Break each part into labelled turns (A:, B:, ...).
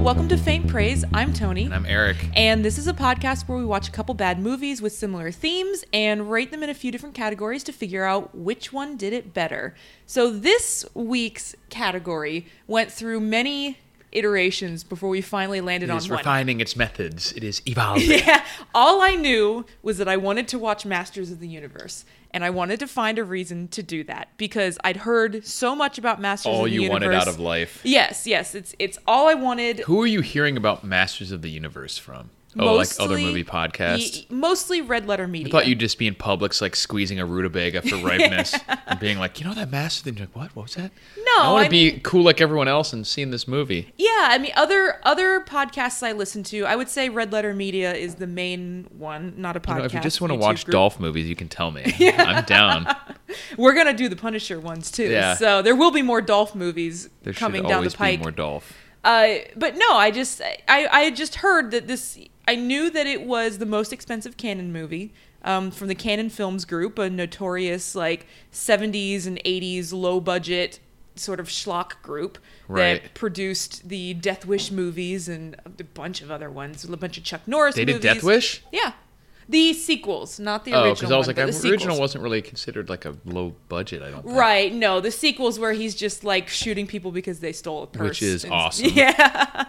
A: welcome to Faint Praise. I'm Tony.
B: And I'm Eric.
A: And this is a podcast where we watch a couple bad movies with similar themes and rate them in a few different categories to figure out which one did it better. So this week's category went through many iterations before we finally landed
B: It
A: on
B: is
A: one.
B: refining its methods. It is evolving.
A: Yeah. All I knew was that I wanted to watch Masters of the Universe. And I wanted to find a reason to do that because I'd heard so much about Masters
B: All
A: of the
B: you
A: Universe.
B: wanted out of life.
A: Yes, yes. It's it's all I wanted.
B: Who are you hearing about Masters of the Universe from? Oh, like other
A: Mostly-
B: movie podcasts?
A: y- mostly red letter media.
B: I thought you'd just be in Publix, like squeezing a rutabaga for ripeness and being like, you know that Masters of the Universe? What? What was that?
A: No,
B: I want
A: I
B: to be cool like everyone else and seeing this movie.
A: yeah, I mean other other podcasts I listen to. I would say red letter media is the main one, not a podcast.
B: You know, if you just want to
A: YouTube
B: watch
A: group.
B: Dolph movies, you can tell me. I'm down.
A: we're gonna do the Punisher ones too.
B: Yeah.
A: So there will be more Dolph movies
B: There
A: coming
B: should
A: down the
B: always
A: pike.
B: be more Dolph.
A: uh, but no, I just I I had just heard that this. I knew that it was the most expensive Canon movie um, from the Canon Films Group, a notorious like '70s and '80s low budget sort of schlock group that
B: Right.
A: produced the Death Wish movies and a bunch of other ones, a bunch of Chuck Norris.
B: They did
A: movies.
B: Death Wish?
A: Yeah, the sequels, not the
B: Oh,
A: original.
B: because I
A: one,
B: was like,
A: but
B: I-
A: the
B: original
A: sequels.
B: wasn't really considered like a low budget, I don't think.
A: Right, no, the sequels where he's just like shooting people because they stole a purse,
B: Which is
A: and-
B: awesome.
A: Yeah,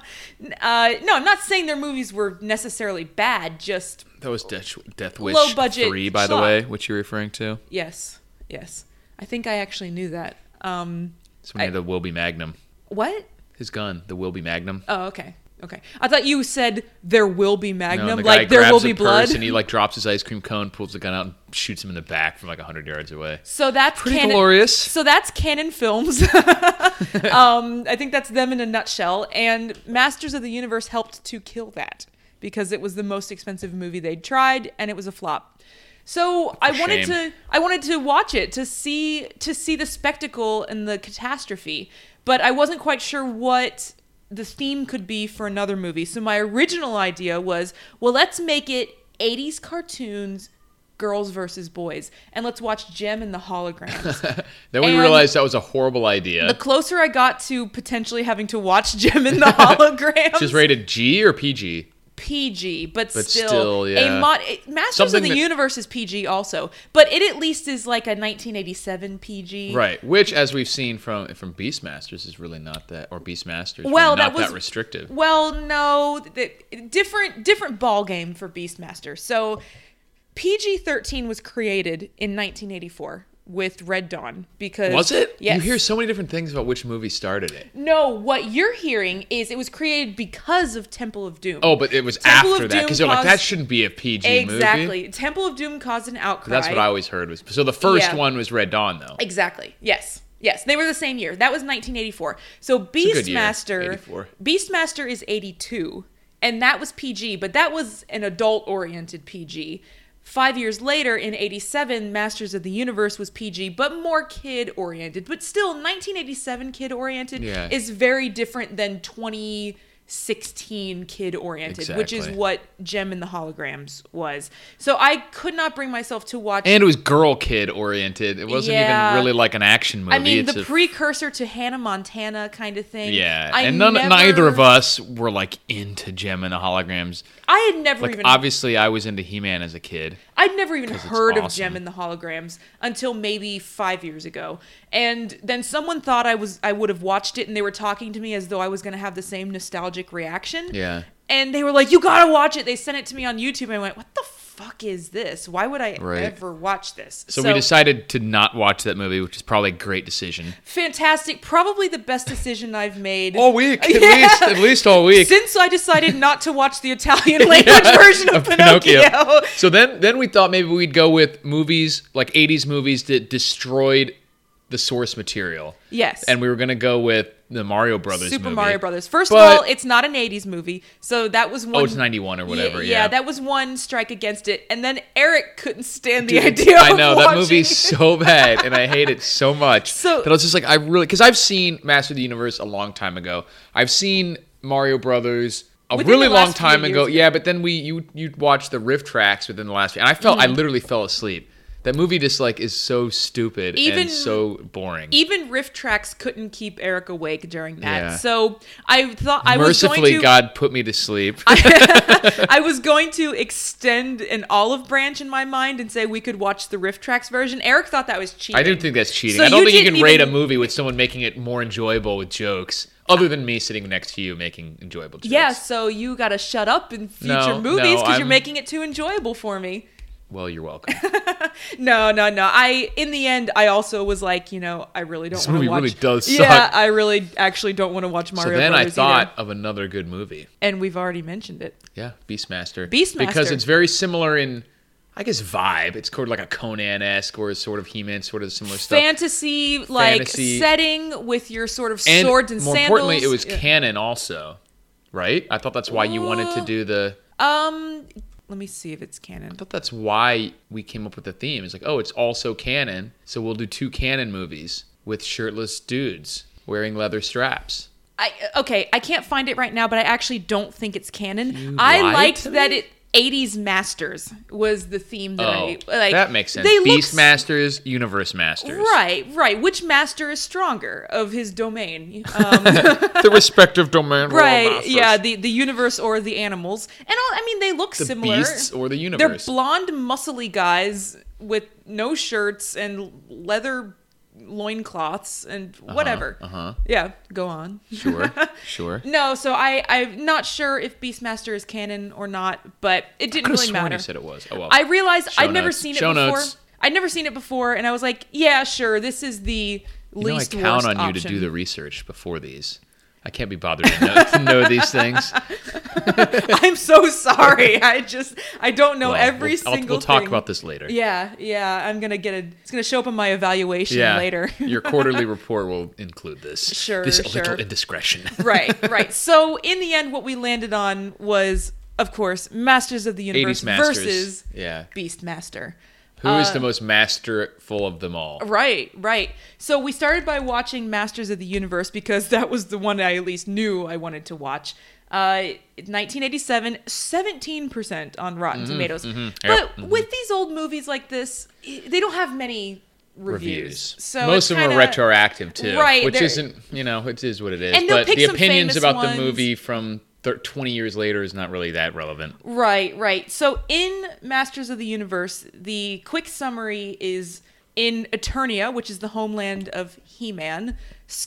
A: uh, no, I'm not saying their movies were necessarily bad. Just
B: That was Death, Death Wish
A: Low budget
B: three, by the
A: schlock.
B: way, which you're referring to.
A: yes, yes, I think I actually knew that. Um,
B: Somebody had the Will Be Magnum.
A: what?
B: His gun, the Will Be Magnum.
A: Oh, okay, okay. I thought you said there will be
B: You know,
A: Magnum,
B: and the guy
A: like there will
B: grabs a
A: be
B: purse
A: blood.
B: and he like drops his ice cream cone, pulls the gun out, and shoots him in the back from like hundred yards away.
A: so that's
B: Pretty
A: canon-
B: glorious.
A: So that's Canon Films. um, I think that's them in a nutshell. And Masters of the Universe helped to kill that because it was the most expensive movie they'd tried, and it was a flop. So I wanted
B: shame.
A: to I wanted to watch it to see to see the spectacle and the catastrophe, but I wasn't quite sure what the theme could be for another movie. So my original idea was, well, let's make it 80s cartoons, girls versus boys, and let's watch Gem and the Holograms.
B: Then we
A: and-
B: realized that was a horrible idea.
A: The closer I got to potentially having to watch Jim in the Holograms,
B: Which is rated G or PG?
A: PG, but,
B: But
A: still,
B: still,
A: a
B: yeah.
A: mod. It, Masters of
B: Something
A: the
B: that-
A: Universe is PG also, but it at least is like a 1987 PG.
B: Right, which, as we've seen from from Beastmasters, is really not that, or Beastmasters, really
A: Well,
B: not
A: that was
B: restrictive.
A: Well, no, th- different different ball game for Beastmaster. So PG-13 was created in 1984 with Red Dawn because
B: Was it?
A: Yes.
B: You hear so many different things about which movie started it.
A: no, what you're hearing is it was created because of Temple of Doom.
B: Oh, but it was
A: Temple of
B: after that
A: Doom
B: because they're like
A: caused-
B: that shouldn't be a PG movie.
A: Exactly. Temple of Doom caused an outcry.
B: That's what I always heard was. So the first
A: Yeah.
B: one was Red Dawn, though.
A: Exactly. Yes. Yes. They were the same year. That was 1984. So
B: a good year,
A: Beastmaster
B: 84.
A: Beastmaster is 82 and that was PG, but that was an adult-oriented PG. 5 years later in 87 Masters of the Universe was PG, but more kid-oriented, but still 1987 kid-oriented
B: Yeah.
A: is very different than 2016 kid oriented, which is
B: Exactly.
A: what Gem and the Holograms was. So I could not bring myself to watch
B: And it was girl kid oriented. It wasn't
A: Yeah.
B: even really like an action movie.
A: I mean,
B: It's
A: the
B: a-
A: precursor to Hannah Montana kind of thing.
B: yeah,
A: I
B: and none,
A: never-
B: neither of us were like into Gem and the Holograms.
A: I had never
B: Like,
A: even.
B: obviously, I was into He Man as a kid.
A: I'd never even
B: it's
A: heard of
B: awesome.
A: Gem and the Holograms until maybe five years ago, and then someone thought I was I would have watched it, and they were talking to me as though I was going to have the same nostalgic reaction.
B: Yeah.
A: And they were like, "You gotta watch it." They sent it to me on YouTube, and I went, "What the fuck is this? Why would I
B: Right.
A: ever watch this?"
B: So, we decided to not watch that movie, which is probably a great decision.
A: fantastic, probably the best decision I've made.
B: All week, Oh, at
A: Yeah.
B: least, at least all week.
A: since I decided not to watch the Italian language version of,
B: Of
A: Pinocchio.
B: So then, then we thought maybe we'd go with movies like '80s movies that destroyed the source material,
A: Yes.
B: and we were gonna go with the Mario Brothers.
A: Super
B: movie.
A: Mario Brothers. First
B: But-
A: of all, it's not an 80s movie. So that was one.
B: Oh, it's 91 or whatever. Yeah,
A: yeah, that was one strike against it. And then Eric couldn't stand the
B: Dude,
A: idea
B: I
A: of
B: know that
A: watching
B: movie's so bad, and I hate it so much.
A: So-
B: that I was just like, I really because I've seen Master of the Universe a long time ago. I've seen Mario Brothers a
A: Within
B: really
A: the
B: long
A: last few
B: time
A: years. Mm.
B: ago. Yeah, but then we you you watched the riff tracks within the last, and I felt I literally fell asleep. That movie just like is so stupid
A: Even- e,
B: and so boring.
A: Even riff tracks couldn't keep Eric awake during that.
B: Yeah.
A: So I thought I was
B: Mercifully,
A: going to
B: God put me to sleep.
A: I was going to extend an olive branch in my mind and say we could watch the riff tracks version. Eric thought that was cheating.
B: I didn't think that's cheating.
A: So
B: I don't
A: you
B: think you
A: didn't
B: can rate a
A: even-
B: movie with someone making it more enjoyable with jokes, other than me sitting next to you making enjoyable jokes.
A: Yeah, so you gotta shut up in future
B: No,
A: movies
B: no,
A: because you're
B: I'm-
A: making it too enjoyable for me.
B: Well, you're welcome.
A: No, no, no. I in the end, I also was like, you know, I really don't
B: This
A: want to
B: movie
A: watch.
B: really does
A: Yeah,
B: suck.
A: I really actually don't want to watch
B: so
A: Mario.
B: then I
A: Brothers
B: thought
A: either.
B: of another good movie.
A: and we've already mentioned it.
B: Yeah, Beastmaster.
A: Beastmaster.
B: Because it's very similar in, I guess, vibe. It's sort of like a Conan esque or sort of He Man, sort of similar stuff.
A: Fantasy like
B: Fantasy.
A: setting with your sort of
B: and
A: swords and
B: more
A: sandals.
B: importantly, it was
A: Yeah.
B: canon also, right? I thought that's why you wanted to
A: Uh,
B: do the.
A: um. Let me see if it's canon.
B: I thought that's why we came up with the theme. It's like, oh, it's also canon, so we'll do two canon movies with shirtless dudes wearing leather straps.
A: I okay, I can't find it right now, but I actually don't think it's canon.
B: You
A: I
B: lied
A: liked
B: to
A: that
B: me?
A: it 80s masters was the theme that
B: Oh,
A: I like.
B: that makes sense.
A: They look
B: Beast Masters, Universe Masters,
A: Right, right. Which master is stronger of his domain? Um,
B: the respective domain.
A: right, yeah, the, the universe or the animals. And all, I mean, they look
B: the
A: similar.
B: beasts or the
A: They're
B: universe.
A: blonde, muscly guys with no shirts and leather loincloths and whatever.
B: Uh huh.
A: Yeah, go on.
B: Sure. Sure.
A: No, so I I'm not sure if Beastmaster is canon or not, but it didn't
B: Could have
A: really
B: sworn
A: matter.
B: you said it was. Oh well.
A: I realized
B: Show
A: I'd never
B: notes.
A: seen it
B: Show
A: before.
B: notes.
A: I'd never seen it before, and I was like, yeah, sure, this is the
B: you know, I
A: least
B: count
A: worst
B: on you to
A: option.
B: do the research before these. I can't be bothered to know, to know these things.
A: I'm so sorry. I just I don't know
B: Well,
A: every
B: we'll, I'll-
A: single.
B: We'll talk
A: thing.
B: about this later.
A: Yeah, yeah. I'm gonna get a. It's gonna show up in my evaluation later.
B: Your quarterly report will include this.
A: Sure,
B: This
A: sure.
B: little indiscretion.
A: right, right. So in the end, what we landed on was, of course, Masters of the
B: 80s
A: Universe
B: masters.
A: versus uh,
B: yeah.
A: Beastmaster.
B: Who is the most masterful of them all?
A: Right, right. So we started by watching Masters of the Universe because that was the one I at least knew I wanted to watch. Uh, 1987, 17% on Rotten Tomatoes. But
B: Mm-hmm, Yep. mm-hmm.
A: with these old movies like this, i- they don't have many reviews.
B: Reviews.
A: So
B: most of them are
A: retro.
B: retroactive too,
A: Right,
B: Which
A: they're-
B: isn't, you know, it is what it is.
A: And they'll
B: but
A: pick
B: the
A: some
B: opinions
A: famous
B: about
A: ones.
B: the movie from thir- 20 years later is not really that relevant.
A: Right, right. So in Masters of the Universe, the quick summary is in Eternia, which is the homeland of He Man,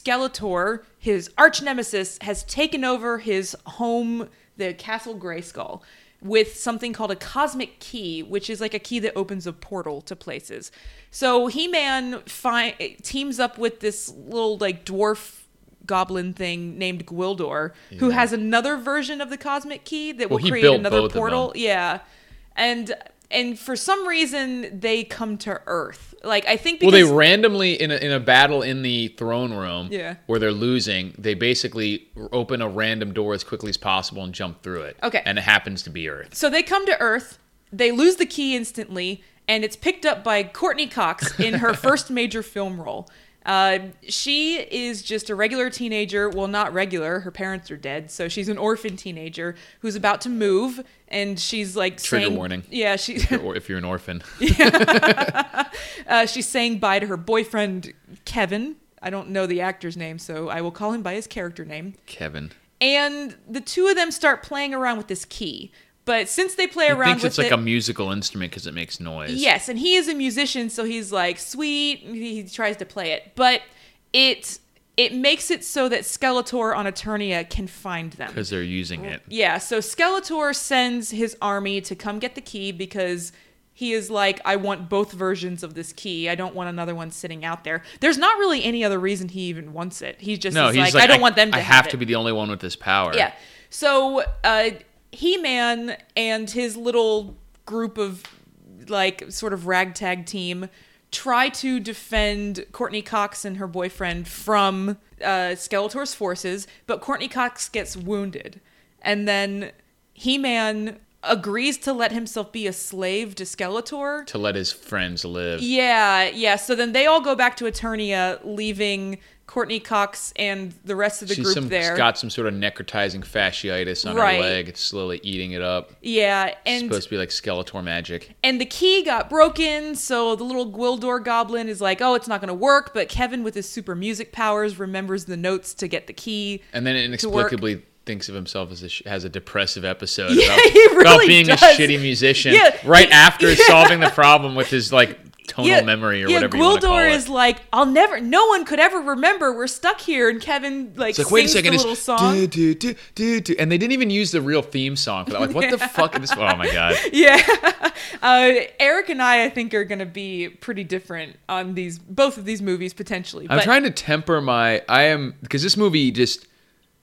A: Skeletor, his arch nemesis, has taken over his home, the Castle Grayskull, with something called a cosmic key, which is like a key that opens a portal to places. So He Man fi- teams up with this little like dwarf goblin thing named Gwildor, who has another version of the cosmic key that
B: Well,
A: will
B: he
A: create
B: built both
A: another
B: of them.
A: portal. Yeah. And and for some reason they come to Earth. Like I think because
B: well, they randomly in a, in a battle in the throne room,
A: Yeah.
B: where they're losing, they basically open a random door as quickly as possible and jump through it.
A: Okay.
B: and it happens to be Earth.
A: so they come to Earth, they lose the key instantly, and it's picked up by Courtney Cox in her first major film role. Uh, she is just a regular teenager. Well, not regular. Her parents are dead, so she's an orphan teenager who's about to move, and she's like
B: Trigger
A: saying-
B: warning.
A: Yeah, she
B: Or if you're an orphan,
A: Uh, she's saying bye to her boyfriend, Kevin. I don't know the actor's name, so I will call him by his character name.
B: Kevin
A: And the two of them start playing around with this key. But since they play
B: he
A: around
B: thinks
A: with
B: it's like
A: it,
B: a musical instrument because it makes noise.
A: Yes, and he is a musician, so he's like sweet. and He he tries to play it, but it it makes it so that Skeletor on Eternia can find them.
B: because they're using it.
A: Yeah, so Skeletor sends his army to come get the key because he is like, I want both versions of this key. I don't want another one sitting out there. There's not really any other reason he even wants it. He just
B: No,
A: is
B: he's
A: like, I don't want them to
B: I
A: have,
B: have
A: it.
B: to be the only one with this power.
A: Yeah. So uh, He Man and his little group of like sort of ragtag team try to defend Courtney Cox and her boyfriend from uh, Skeletor's forces, but Courtney Cox gets wounded. And then He Man agrees to let himself be a slave to Skeletor.
B: to let his friends live.
A: Yeah, yeah. So then they all go back to Eternia, leaving Courtney Cox and the rest of the
B: She's
A: group
B: some,
A: there.
B: got some sort of necrotizing fasciitis on
A: Right.
B: her leg. It's slowly eating it up.
A: yeah,
B: It's
A: and
B: supposed to be like Skeletor magic.
A: and the key got broken, so the little Gwildor goblin is like, "Oh, it's not going to work." But Kevin, with his super music powers, remembers the notes to get the key.
B: And then
A: work.
B: inexplicably thinks of himself as a, sh- has a depressive episode
A: Yeah,
B: about,
A: he
B: about
A: really
B: being
A: does.
B: a shitty musician
A: Yeah,
B: right
A: he-
B: after solving the problem with his like tonal memory or
A: yeah,
B: whatever you want to call
A: Gwildor
B: it.
A: is like, "I'll never. No one could ever remember. We're stuck here." And Kevin like,
B: It's like,
A: sings
B: wait a second,
A: the
B: it's
A: little song.
B: do, do, do, do, do. and they didn't even use the real theme song for that. Like, what the fuck? This, oh my god,
A: Yeah. Uh, Eric and I, I think, are going to be pretty different on these, both of these movies potentially.
B: I'm
A: but
B: trying to temper my. I am because this movie just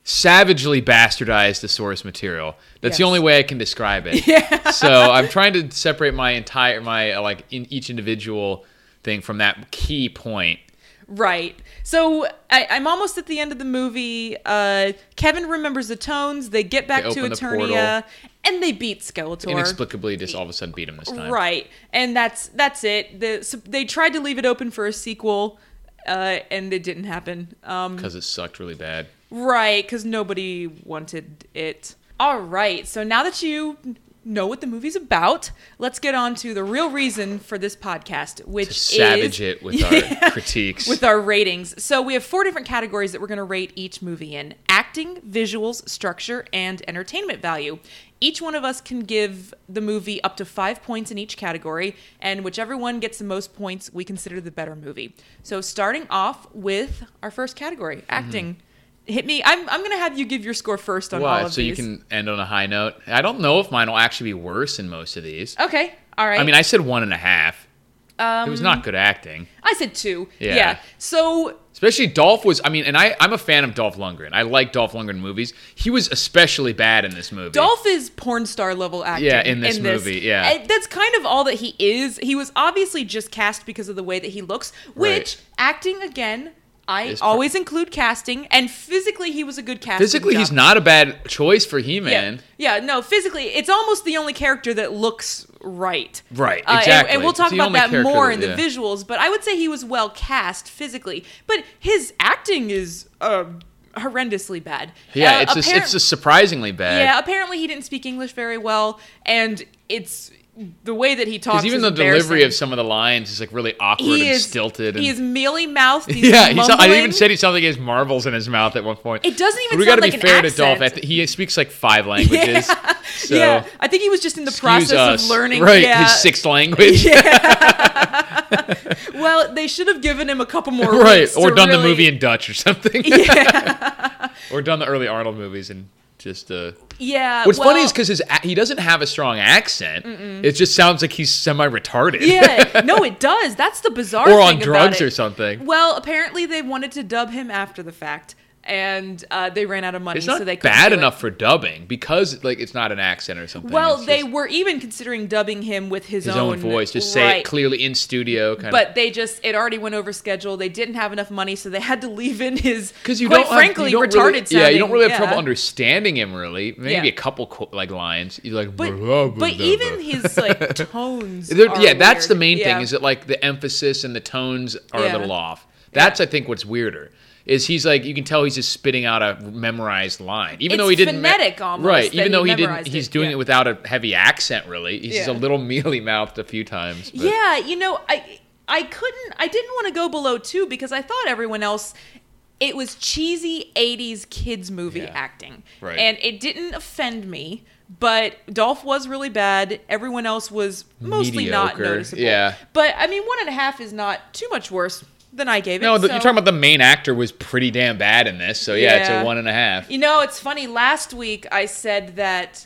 B: savagely bastardized the source material. That's the
A: Yes.
B: only way I can describe it. Yeah. so I'm trying to separate my entire my uh, like in each individual thing from that key point.
A: Right. So I, I'm almost at the end of the movie. Uh, Kevin remembers the tones. They get back
B: They
A: to
B: open the
A: Eternia,
B: portal.
A: and they beat Skeletor.
B: Inexplicably, just all of a sudden beat him this time.
A: Right, and that's that's it. The, so they tried to leave it open for a sequel, uh, and it didn't happen. Um,
B: Because it sucked really bad.
A: Right, because nobody wanted it. All right, so now that you know what the movie's about, let's get on to the real reason for this podcast, which
B: To savage
A: is
B: it with our critiques.
A: with our ratings. So we have four different categories that we're going to rate each movie in: acting, visuals, structure, and entertainment value. Each one of us can give the movie up to five points in each category, and whichever one gets the most points, we consider the better movie. So starting off with our first
B: Mm-hmm.
A: category, acting. Hit me. I'm, I'm going to have you give your score first on all
B: Why?
A: of
B: So
A: these.
B: you can end on a high note. I don't know if mine will actually be worse than most of these.
A: Okay. All right.
B: I mean, I said one and a half.
A: um,
B: It was not good acting,
A: I said two.
B: Yeah.
A: yeah. So
B: especially Dolph was. I mean, and I, I'm a fan of Dolph Lundgren. I like Dolph Lundgren movies. He was especially bad in this movie.
A: Dolph is porn star level acting.
B: Yeah, in this movie, yeah.
A: And that's kind of all that he is. He was obviously just cast because of the way that he looks, which
B: Right.
A: acting again, I
B: Is per-
A: always include casting, and physically he was a good casting.
B: physically, he's
A: job.
B: not a bad choice for He-Man.
A: Yeah, yeah, no, physically, it's almost the only character that looks right.
B: Right,
A: Uh, and- and,
B: exactly.
A: we'll talk
B: It's the
A: about
B: only
A: that
B: character
A: more
B: that-
A: in the
B: yeah.
A: visuals, but I would say he was well cast physically. But his acting is uh, horrendously bad.
B: Yeah,
A: Uh,
B: it's just,
A: apparent-
B: it's just surprisingly bad.
A: yeah, apparently he didn't speak English very well, and it's the way that he talks.
B: because even
A: is
B: the delivery of
A: embarrassing.
B: some of the lines is like really awkward
A: he
B: and
A: is
B: stilted. And,
A: He is mealy mouthed.
B: yeah, he's, I even said he sounds like he has marbles in his mouth at one point.
A: It doesn't even
B: But we
A: sound
B: gotta
A: like
B: be
A: an
B: fair to
A: accent.
B: Dolph. I thi- he speaks like five languages. So
A: yeah, I think he was just in the
B: excuse
A: process
B: us.
A: of learning.
B: right
A: yeah.
B: his sixth language.
A: Well, they should have given him a couple more.
B: right
A: weeks
B: or
A: to
B: done the
A: really-
B: movie in dutch or something
A: Yeah,
B: or done the early arnold movies and just uh
A: yeah.
B: what's funny
A: well-
B: is because his a- he doesn't have a strong accent it just sounds like he's semi-retarded
A: yeah, no, it does. That's the bizarre.
B: or
A: thing
B: on
A: about
B: drugs
A: it.
B: or something
A: Well, apparently they wanted to dub him after the fact, and uh, they ran out of money,
B: it's not
A: so they couldn't
B: bad
A: do it.
B: enough for dubbing because like it's not an accent or something
A: Well,
B: It's
A: they
B: just
A: were even considering dubbing him with his,
B: his own, voice just say it
A: right.
B: clearly in studio kind of
A: But they just it already went over schedule. They didn't have enough money, so they had to leave in his
B: because you
A: quite
B: don't have-
A: frankly
B: you don't
A: retarded
B: really, yeah you don't
A: sounding-
B: really have trouble
A: yeah.
B: understanding him really maybe
A: Yeah.
B: a couple co- like lines you're like
A: But,
B: blah, blah,
A: but
B: blah,
A: even
B: blah.
A: his like tones.
B: There-
A: are
B: yeah, that's the
A: weird.
B: main
A: Yeah.
B: thing. Is that like the emphasis and the tones are
A: Yeah.
B: a little off. That's I think what's weirder. Is he's like you can tell he's just spitting out a memorized line, even
A: It's
B: though he didn't me-
A: phonetic almost
B: right.
A: that
B: Even
A: he
B: though he didn't,
A: memorized it,
B: he's doing
A: yeah.
B: it without a heavy accent. Really, he's just a
A: Yeah.
B: little mealy mouthed a few times. but-
A: Yeah, you know, I I couldn't I didn't want to go below two because I thought everyone else it was cheesy eighties kids movie
B: Yeah.
A: acting.
B: Right.
A: And it didn't offend me, but Dolph was really bad. Everyone else was mostly not
B: Mediocre,
A: noticeable.
B: yeah.
A: But I mean one and a half is not too much worse than I gave it.
B: No, the,
A: so-
B: you're talking about the main actor was pretty damn bad in this. So yeah, it's
A: Yeah.
B: a one and a half.
A: You know, it's funny. Last week I said that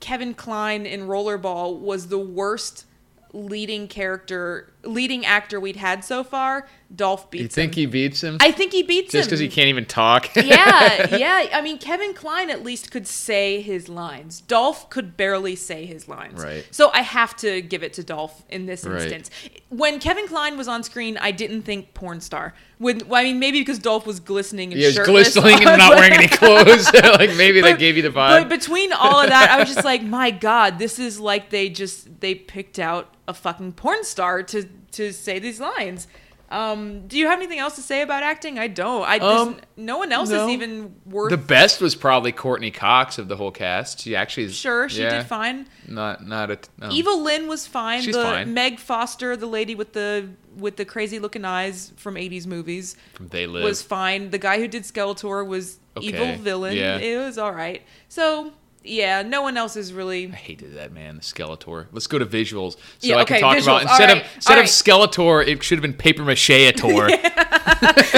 A: Kevin Klein in Rollerball was the worst leading character, leading actor we'd had so far. Dolph beats
B: You think
A: him.
B: he beats him
A: I think he beats
B: just
A: him.
B: because he can't even talk?
A: yeah, yeah. I mean, Kevin Klein at least could say his lines. Dolph could barely say his lines.
B: Right.
A: So I have to give it to Dolph in this
B: Right.
A: instance. When Kevin Klein was on screen, I didn't think porn star. When well, I mean, maybe because Dolph was glistening and
B: Yeah, he's
A: shirtless.
B: glistening and not wearing any clothes. like maybe that
A: But-
B: gave you the vibe.
A: But between all of that, I was just like, my God, this is like they just they picked out a fucking porn star to to say these lines. Um, do you have anything else to say about acting? I don't. I
B: Um,
A: there's- no one else
B: no.
A: is even worth.
B: The best was probably Courtney Cox of the whole cast. She actually is,
A: sure, she
B: yeah,
A: did fine.
B: Not not a um, no.
A: Evil Lynn was fine.
B: She's
A: the
B: fine.
A: Meg Foster, the lady with the with the crazy looking eyes from '80s movies,
B: from They Live.
A: was fine. The guy who did Skeletor was
B: Okay,
A: evil villain.
B: yeah.
A: It was all right. So yeah, no one else is really.
B: I hated that man, the Skeletor. Let's go to visuals, so
A: Yeah,
B: I can
A: okay,
B: talk
A: visuals.
B: about
A: All
B: instead
A: right,
B: of instead
A: all
B: of Skeletor, it should have been paper mache ator.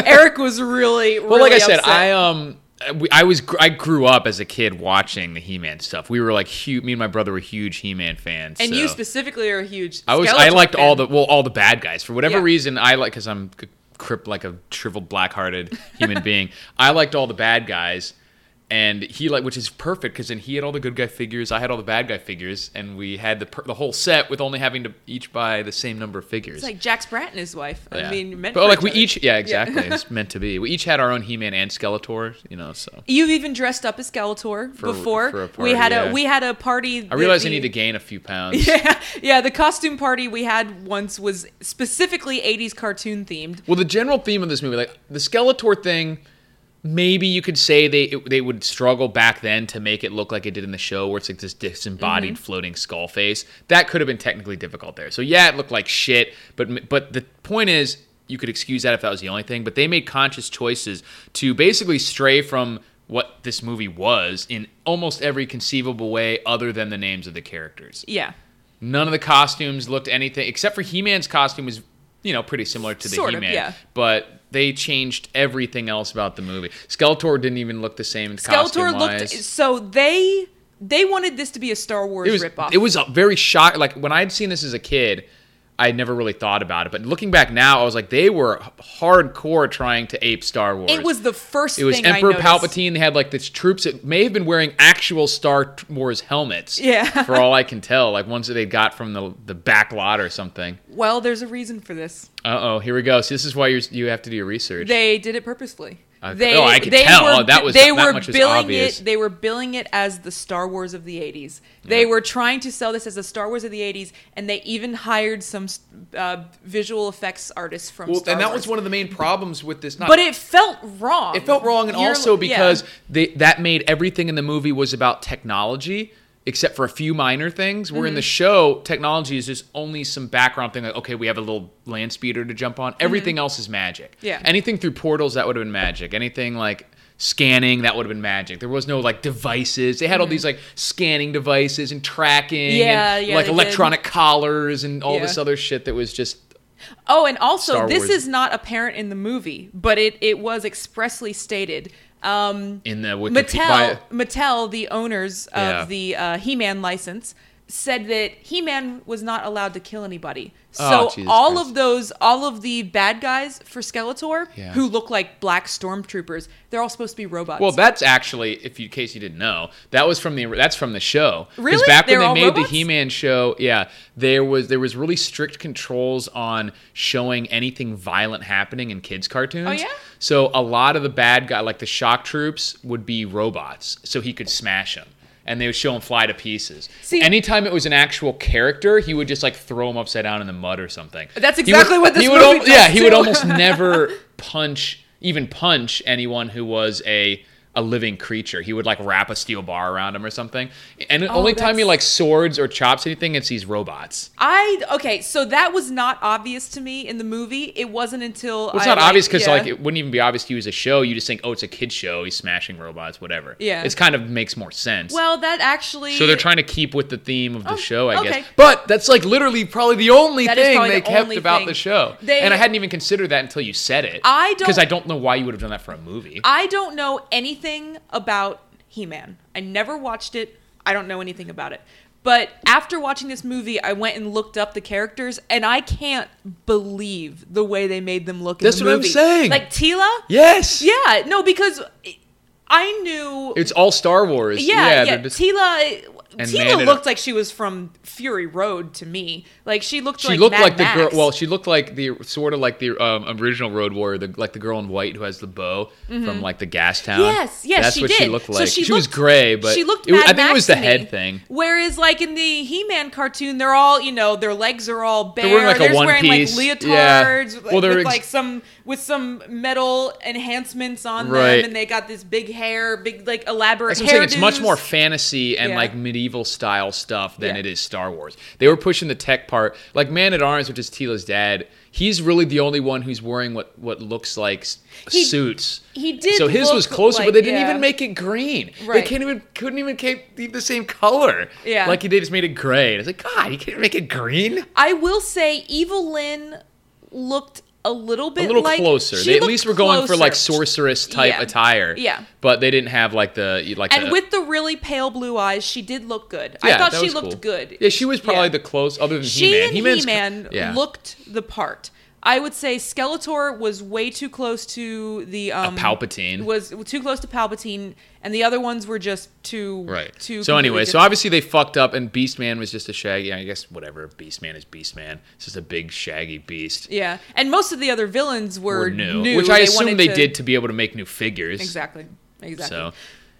A: Eric was really. really
B: Well, like I said,
A: upset.
B: I um. I- we- I was gr- I grew up as a kid watching the He-Man stuff. We were like huge. Me and my brother were huge He-Man fans.
A: and you
B: so-
A: specifically are a huge.
B: I was I
A: Skeletor
B: liked
A: fan.
B: all the well all the bad guys for whatever
A: Yeah.
B: reason I like because I'm a crip like a shriveled black-hearted human being I liked all the bad guys and he like which is perfect because then he had all the good guy figures I had all the bad guy figures and we had the per- the whole set with only having to each buy the same number of figures
A: It's like Jack Sprat and his wife.
B: Yeah.
A: I mean, meant
B: but
A: for
B: like
A: each
B: we
A: other.
B: each yeah exactly it's meant to be we each had our own He-Man and Skeletor you know so
A: You've even dressed up as Skeletor
B: For-
A: before.
B: for a
A: we
B: party,
A: had a
B: yeah.
A: we had a party.
B: I realized I need to gain a few pounds
A: Yeah, yeah, the costume party we had once was specifically 80s cartoon themed.
B: Well, the general theme of this movie, like the Skeletor thing, maybe you could say they it, they would struggle back then to make it look like it did in the show, where it's like this disembodied floating skull face. That could have been technically difficult there. So yeah, it looked like shit, but m- but the point is. You could excuse that if that was the only thing, but they made conscious choices to basically stray from what this movie was in almost every conceivable way, other than the names of the characters.
A: Yeah.
B: None of the costumes looked anything except for He-Man's costume was, you know, pretty similar to the
A: Sort of,
B: He-Man.
A: yeah.
B: But they changed everything else about the movie. Skeletor didn't even look the same.
A: Skeletor looked
B: costume-wise.
A: so they they wanted this to be a Star Wars
B: It was
A: ripoff.
B: it was a very shock. Like when I'd seen this as a kid, I had never really thought about it. But looking back now, I was like, they were hardcore trying to ape Star Wars.
A: It was the first
B: It was
A: thing
B: Emperor
A: I noticed.
B: Palpatine. They had like these troops that may have been wearing actual Star Wars helmets.
A: Yeah.
B: for all I can tell, like ones that they got from the the back lot or something.
A: Well, there's a reason for this.
B: Uh oh, here we go. So this is why you you have to do your research.
A: They did it purposefully.
B: I-
A: They,
B: oh, I could
A: they
B: tell.
A: Were,
B: Oh, that was-
A: they
B: that
A: were
B: much was
A: billing
B: obvious.
A: it. They were billing it as the Star Wars of the '80s. They
B: Yeah.
A: were trying to sell this as the Star Wars of the '80s, and they even hired some uh, visual effects artists from.
B: well,
A: Star
B: and that
A: Wars.
B: was one of the main problems with this. Not,
A: But it felt wrong.
B: it felt wrong, and
A: You're-
B: also because
A: yeah.
B: they, that made everything in the movie was about technology, except for a few minor things. Where in
A: Mm-hmm.
B: the show, technology is just only some background thing. Like, okay, we have a little land speeder to jump on. Everything else is magic.
A: Mm-hmm. Yeah.
B: Anything through portals that would have been magic. Anything like scanning that would have been magic. There was no like devices. They had all these like scanning devices and tracking.
A: Mm-hmm. Yeah,
B: and,
A: yeah,
B: Like
A: they did.
B: electronic collars and all
A: Yeah.
B: this other shit that was just
A: Oh, and also
B: Star
A: this
B: Wars.
A: is not apparent in the movie, but it it was expressly stated. Um,
B: in the with
A: Mattel,
B: The,
A: Mattel, the owners of
B: Yeah.
A: the uh, He-Man license, said that He-Man was not allowed to kill anybody.
B: Oh,
A: So
B: Jesus
A: all
B: Christ.
A: of those, all of the bad guys for Skeletor,
B: Yeah.
A: who look like black stormtroopers, they're all supposed to be robots.
B: well, that's actually, if you, in case you didn't know, that was from the that's from the show. 'Cause
A: Really?
B: Back
A: They're
B: when
A: all
B: they made
A: robots?
B: the He-Man show, yeah, there was there was really strict controls on showing anything violent happening in kids cartoons.
A: Oh, yeah?
B: So a lot of the bad guy, like the shock troops, would be robots, so he could smash them. And they would show him fly to pieces.
A: See-
B: Anytime it was an actual character, he would just like throw him upside down in the mud or something.
A: That's
B: He would-
A: exactly what this
B: he would
A: movie
B: al- Yeah,
A: does,
B: he would
A: too.
B: almost never punch, even punch anyone who was a a living creature. He would like wrap a steel bar around him or something. And the only time he
A: Oh, that's-
B: like swords or chops anything, it's these robots.
A: I okay, so that was not obvious to me in the movie. It wasn't until
B: Well, it's
A: I,
B: not obvious 'cause obvious because
A: yeah.
B: like it wouldn't even be obvious to you as a show. You just think, oh, it's a kid's show. He's smashing robots, whatever.
A: Yeah.
B: it's kind of makes more sense.
A: well, that actually
B: so they're trying to keep with the theme of the
A: Oh,
B: show, I
A: okay.
B: guess. But that's like literally probably the only
A: That is
B: thing
A: probably
B: they
A: the
B: kept
A: only
B: about
A: thing.
B: the show.
A: They-
B: and I hadn't even considered that until you said it.
A: I don't-
B: because I don't know why you would have done that for a movie.
A: I don't know anything about He Man. I never watched it. I don't know anything about it. But after watching this movie, I went and looked up the characters, and I can't believe the way they made them look. In
B: That's
A: the
B: what I'm
A: movie.
B: saying.
A: Like Tila.
B: yes.
A: Yeah. No, because I knew.
B: It's all Star Wars.
A: yeah, yeah.
B: they're just-
A: Tila
B: and
A: Tina
B: man it
A: looked like she was from Fury Road to me. Like she looked
B: she
A: like
B: looked
A: Mad
B: like
A: Max.
B: the girl. Well, she looked like the sort of like the um, original Road Warrior, the, like the girl in white who has the bow from like the gas town.
A: Mm-hmm. Yes, yes,
B: that's
A: she
B: what
A: did.
B: she looked
A: So
B: like.
A: she
B: was
A: looked-
B: gray, but
A: she looked.
B: it was-
A: Mad
B: I think it
A: Max
B: was the
A: to me.
B: head thing.
A: Whereas, like in the He-Man cartoon, they're all you know, their legs are all bare.
B: wearing, like, a
A: just
B: one
A: wearing,
B: piece. Yeah.
A: like leotards. Like,
B: Well, they're
A: with,
B: ex-
A: like some with some metal enhancements on
B: Right.
A: them, and they got this big hair, big like elaborate.
B: That's what I'm saying. It's much
A: hairdos.
B: more fantasy and
A: Yeah.
B: like medieval style stuff than
A: Yeah.
B: it is Star Wars. They were pushing the tech part. Like Man at Arms, which is Tila's dad, he's really the only one who's wearing what what looks like s
A: He-
B: suits.
A: he did
B: So his was
A: look
B: closer, but
A: like-
B: they didn't
A: yeah.
B: even make it green. They
A: Right.
B: can't even couldn't even keep keep the same color.
A: Yeah.
B: Like they just made it gray. It's like God, you can't make it green.
A: I will say, Evil Lyn looked a little bit
B: A little
A: like,
B: closer.
A: she
B: They at
A: looked
B: least were going for like
A: closer.
B: sorceress type
A: Yeah.
B: attire.
A: Yeah.
B: But they didn't have like the like
A: And
B: the,
A: with the really pale blue eyes, she did look good. I
B: Yeah,
A: thought
B: that
A: she
B: was
A: looked
B: cool.
A: good.
B: Yeah, she was probably
A: Yeah.
B: the close other than
A: She
B: He-Man.
A: and
B: He-Man's-
A: He-Man
B: yeah.
A: looked the part. I would say Skeletor was way too close to the um,
B: Palpatine.
A: Was too close to Palpatine, and the other ones were just too
B: right.
A: Too
B: so anyway,
A: completely
B: so
A: different.
B: obviously they fucked up, and Beastman was just a shaggy. I guess whatever. Beastman is Beastman. It's just a big shaggy beast.
A: yeah, and most of the other villains were,
B: Or new, which I assume
A: wanted
B: they
A: to-
B: did to be able to make new figures.
A: exactly, exactly.
B: So,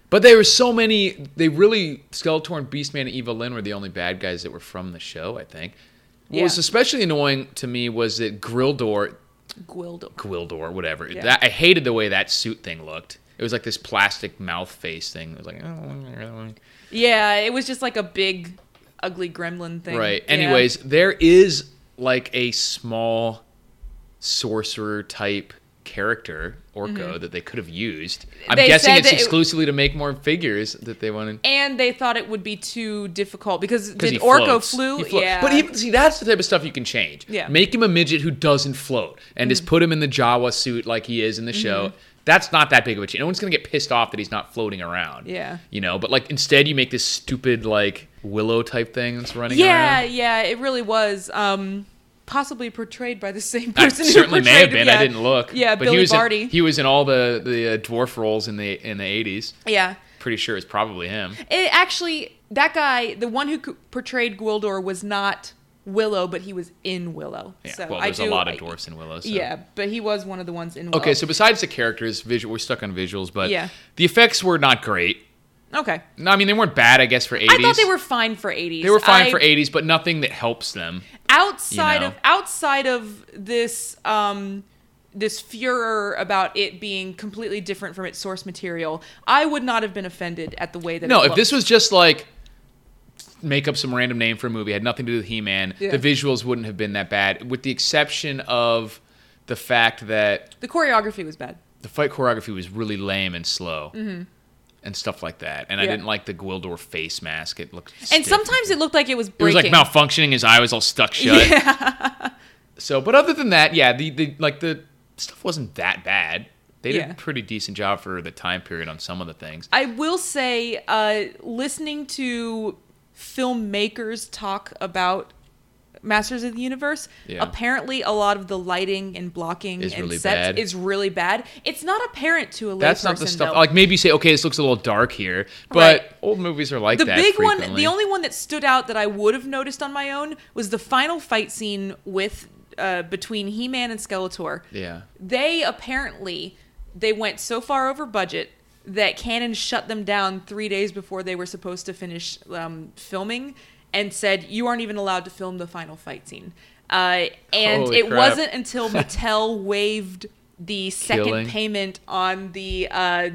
B: but there were so many. They really Skeletor and Beastman and Eva Lynn were the only bad guys that were from the show. I think. What was
A: Yeah.
B: especially annoying to me was that Grildor
A: Gwildor.
B: Gwildor, whatever.
A: Yeah.
B: That I hated the way that suit thing looked. It was like this plastic mouth face thing. It was like,
A: Yeah, it was just like a big, ugly gremlin thing.
B: right.
A: Yeah.
B: Anyways, there is like a small sorcerer type character orco that they could have used. I'm
A: Mm-hmm. They
B: guessing
A: said
B: it's
A: that it-
B: exclusively to make more figures that they wanted.
A: and they thought it would be too difficult because
B: 'Cause
A: did
B: he
A: Orko
B: floats. He
A: flew?
B: floats.
A: Yeah,
B: But even see, that's the type of stuff you can change.
A: Yeah. Mm.
B: Make him a midget who doesn't float, and just put him in the Jawa suit like he is in the
A: Mm-hmm.
B: show. That's not that big of a change. No one's gonna get pissed off that he's not floating around.
A: Yeah.
B: You know, but like instead you make this stupid like willow type thing that's running
A: yeah,
B: around.
A: yeah, it really was. Um, possibly portrayed by the same
B: I
A: person. who
B: certainly may have
A: portrayed-
B: been. I
A: yeah.
B: didn't look.
A: Yeah,
B: but
A: Billy
B: he was
A: Barty.
B: In, he was in all the the uh, dwarf roles in the in the eighties.
A: yeah,
B: Pretty sure it's probably him.
A: it actually that guy, the one who c- portrayed Gwildor, was not Willow, but he was in Willow.
B: Yeah.
A: So
B: well,
A: I
B: there's
A: do,
B: a lot of
A: I-
B: dwarfs and willows. So.
A: Yeah, but he was one of the ones in. Willow.
B: Okay, so besides the characters, visual, we're stuck on visuals, but
A: Yeah.
B: the effects were not great.
A: okay,
B: No, I mean they weren't bad, I guess, for 80s.
A: I thought they were fine for eighties.
B: They were fine
A: I,
B: for 80s, but nothing that helps them.
A: outside
B: You know?
A: of outside of this um this furor about it being completely different from its source material, I would not have been offended at the way that.
B: No,
A: it
B: if this
A: looked.
B: was just like make up some random name for a movie, had nothing to do with He-Man,
A: Yeah.
B: the visuals wouldn't have been that bad, with the exception of the fact that
A: the choreography was bad.
B: the fight choreography was really lame and slow. And stuff like that, and I
A: Mm-hmm. Yeah.
B: didn't like the Gwildor face mask. It looked
A: And
B: stiff.
A: sometimes it looked like it was
B: it was
A: breaking.
B: like malfunctioning. His eye was all stuck shut.
A: Yeah.
B: So, but other than that, yeah, the, the like the stuff wasn't that bad. They did
A: Yeah.
B: a pretty decent job for the time period on some of the things.
A: I will say, uh, listening to filmmakers talk about Masters of the Universe,
B: Yeah.
A: apparently a lot of the lighting and blocking
B: Is
A: and
B: really
A: sets
B: bad.
A: is really bad. It's not apparent to a layperson.
B: That's not the stuff.
A: though.
B: Like maybe you say, okay, this looks a little dark here, but
A: Right.
B: old movies are like
A: the
B: that.
A: big one
B: frequently.
A: the only one that stood out that i would have noticed on my own was the final fight scene with uh, between he-man and skeletor
B: yeah.
A: they apparently they went so far over budget that canon shut them down three days before they were supposed to finish um, filming and said you aren't even allowed to film the final fight scene uh, and
B: Holy
A: it
B: crap.
A: wasn't until mattel waived the second
B: Killing.
A: payment on the uh,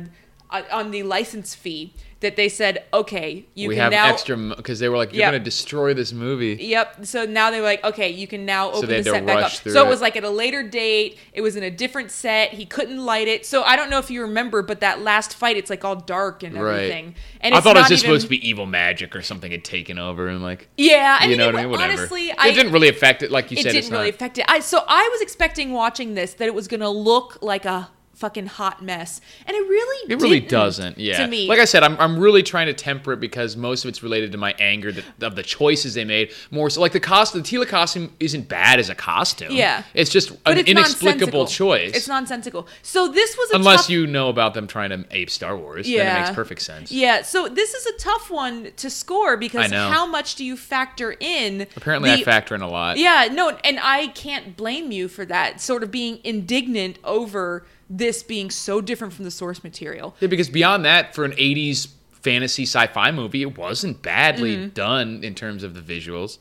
A: on the license fee that they said okay you
B: we
A: can
B: have
A: now
B: extra because they were like, you're
A: Yeah.
B: gonna destroy this movie.
A: Yep. So now they're like, okay, you can now open
B: they
A: the
B: had to
A: set back up.
B: rush through
A: So
B: it.
A: it was like at a later date. It was in a different set. He couldn't light it. So I don't know if you remember, but that last fight, it's like all dark and
B: Right.
A: everything. And
B: I
A: it's
B: thought it was
A: not
B: just
A: even-
B: supposed to be evil magic or something had taken over and like.
A: Yeah, I
B: you
A: mean,
B: know
A: it
B: what I mean?
A: wa-
B: Whatever.
A: honestly,
B: it
A: I
B: didn't really affect it, like you
A: it
B: said.
A: didn't
B: it's
A: really
B: not.
A: affect it. I so I was expecting watching this that it was gonna look like a fucking hot mess. And it really
B: It really
A: didn't
B: doesn't. Yeah.
A: To me.
B: Like I said, I'm, I'm really trying to temper it because most of it's related to my anger that, of the choices they made. More so, like the cost, the Tila costume isn't bad as a costume.
A: Yeah.
B: It's just an
A: but it's
B: inexplicable
A: nonsensical.
B: choice.
A: It's nonsensical. So this was a
B: unless
A: tough-
B: you know about them trying to ape Star Wars. Then it makes perfect sense.
A: Yeah, so this is a tough one to score because
B: know.
A: how much do you factor in?
B: Apparently, I
A: the-
B: factor in a lot.
A: Yeah, no, and I can't blame you for that. Sort of being indignant over this being so different from the source material.
B: Yeah, because beyond that, for an 80s fantasy sci fi movie, it wasn't badly
A: Mm-hmm.
B: done in terms of the visuals.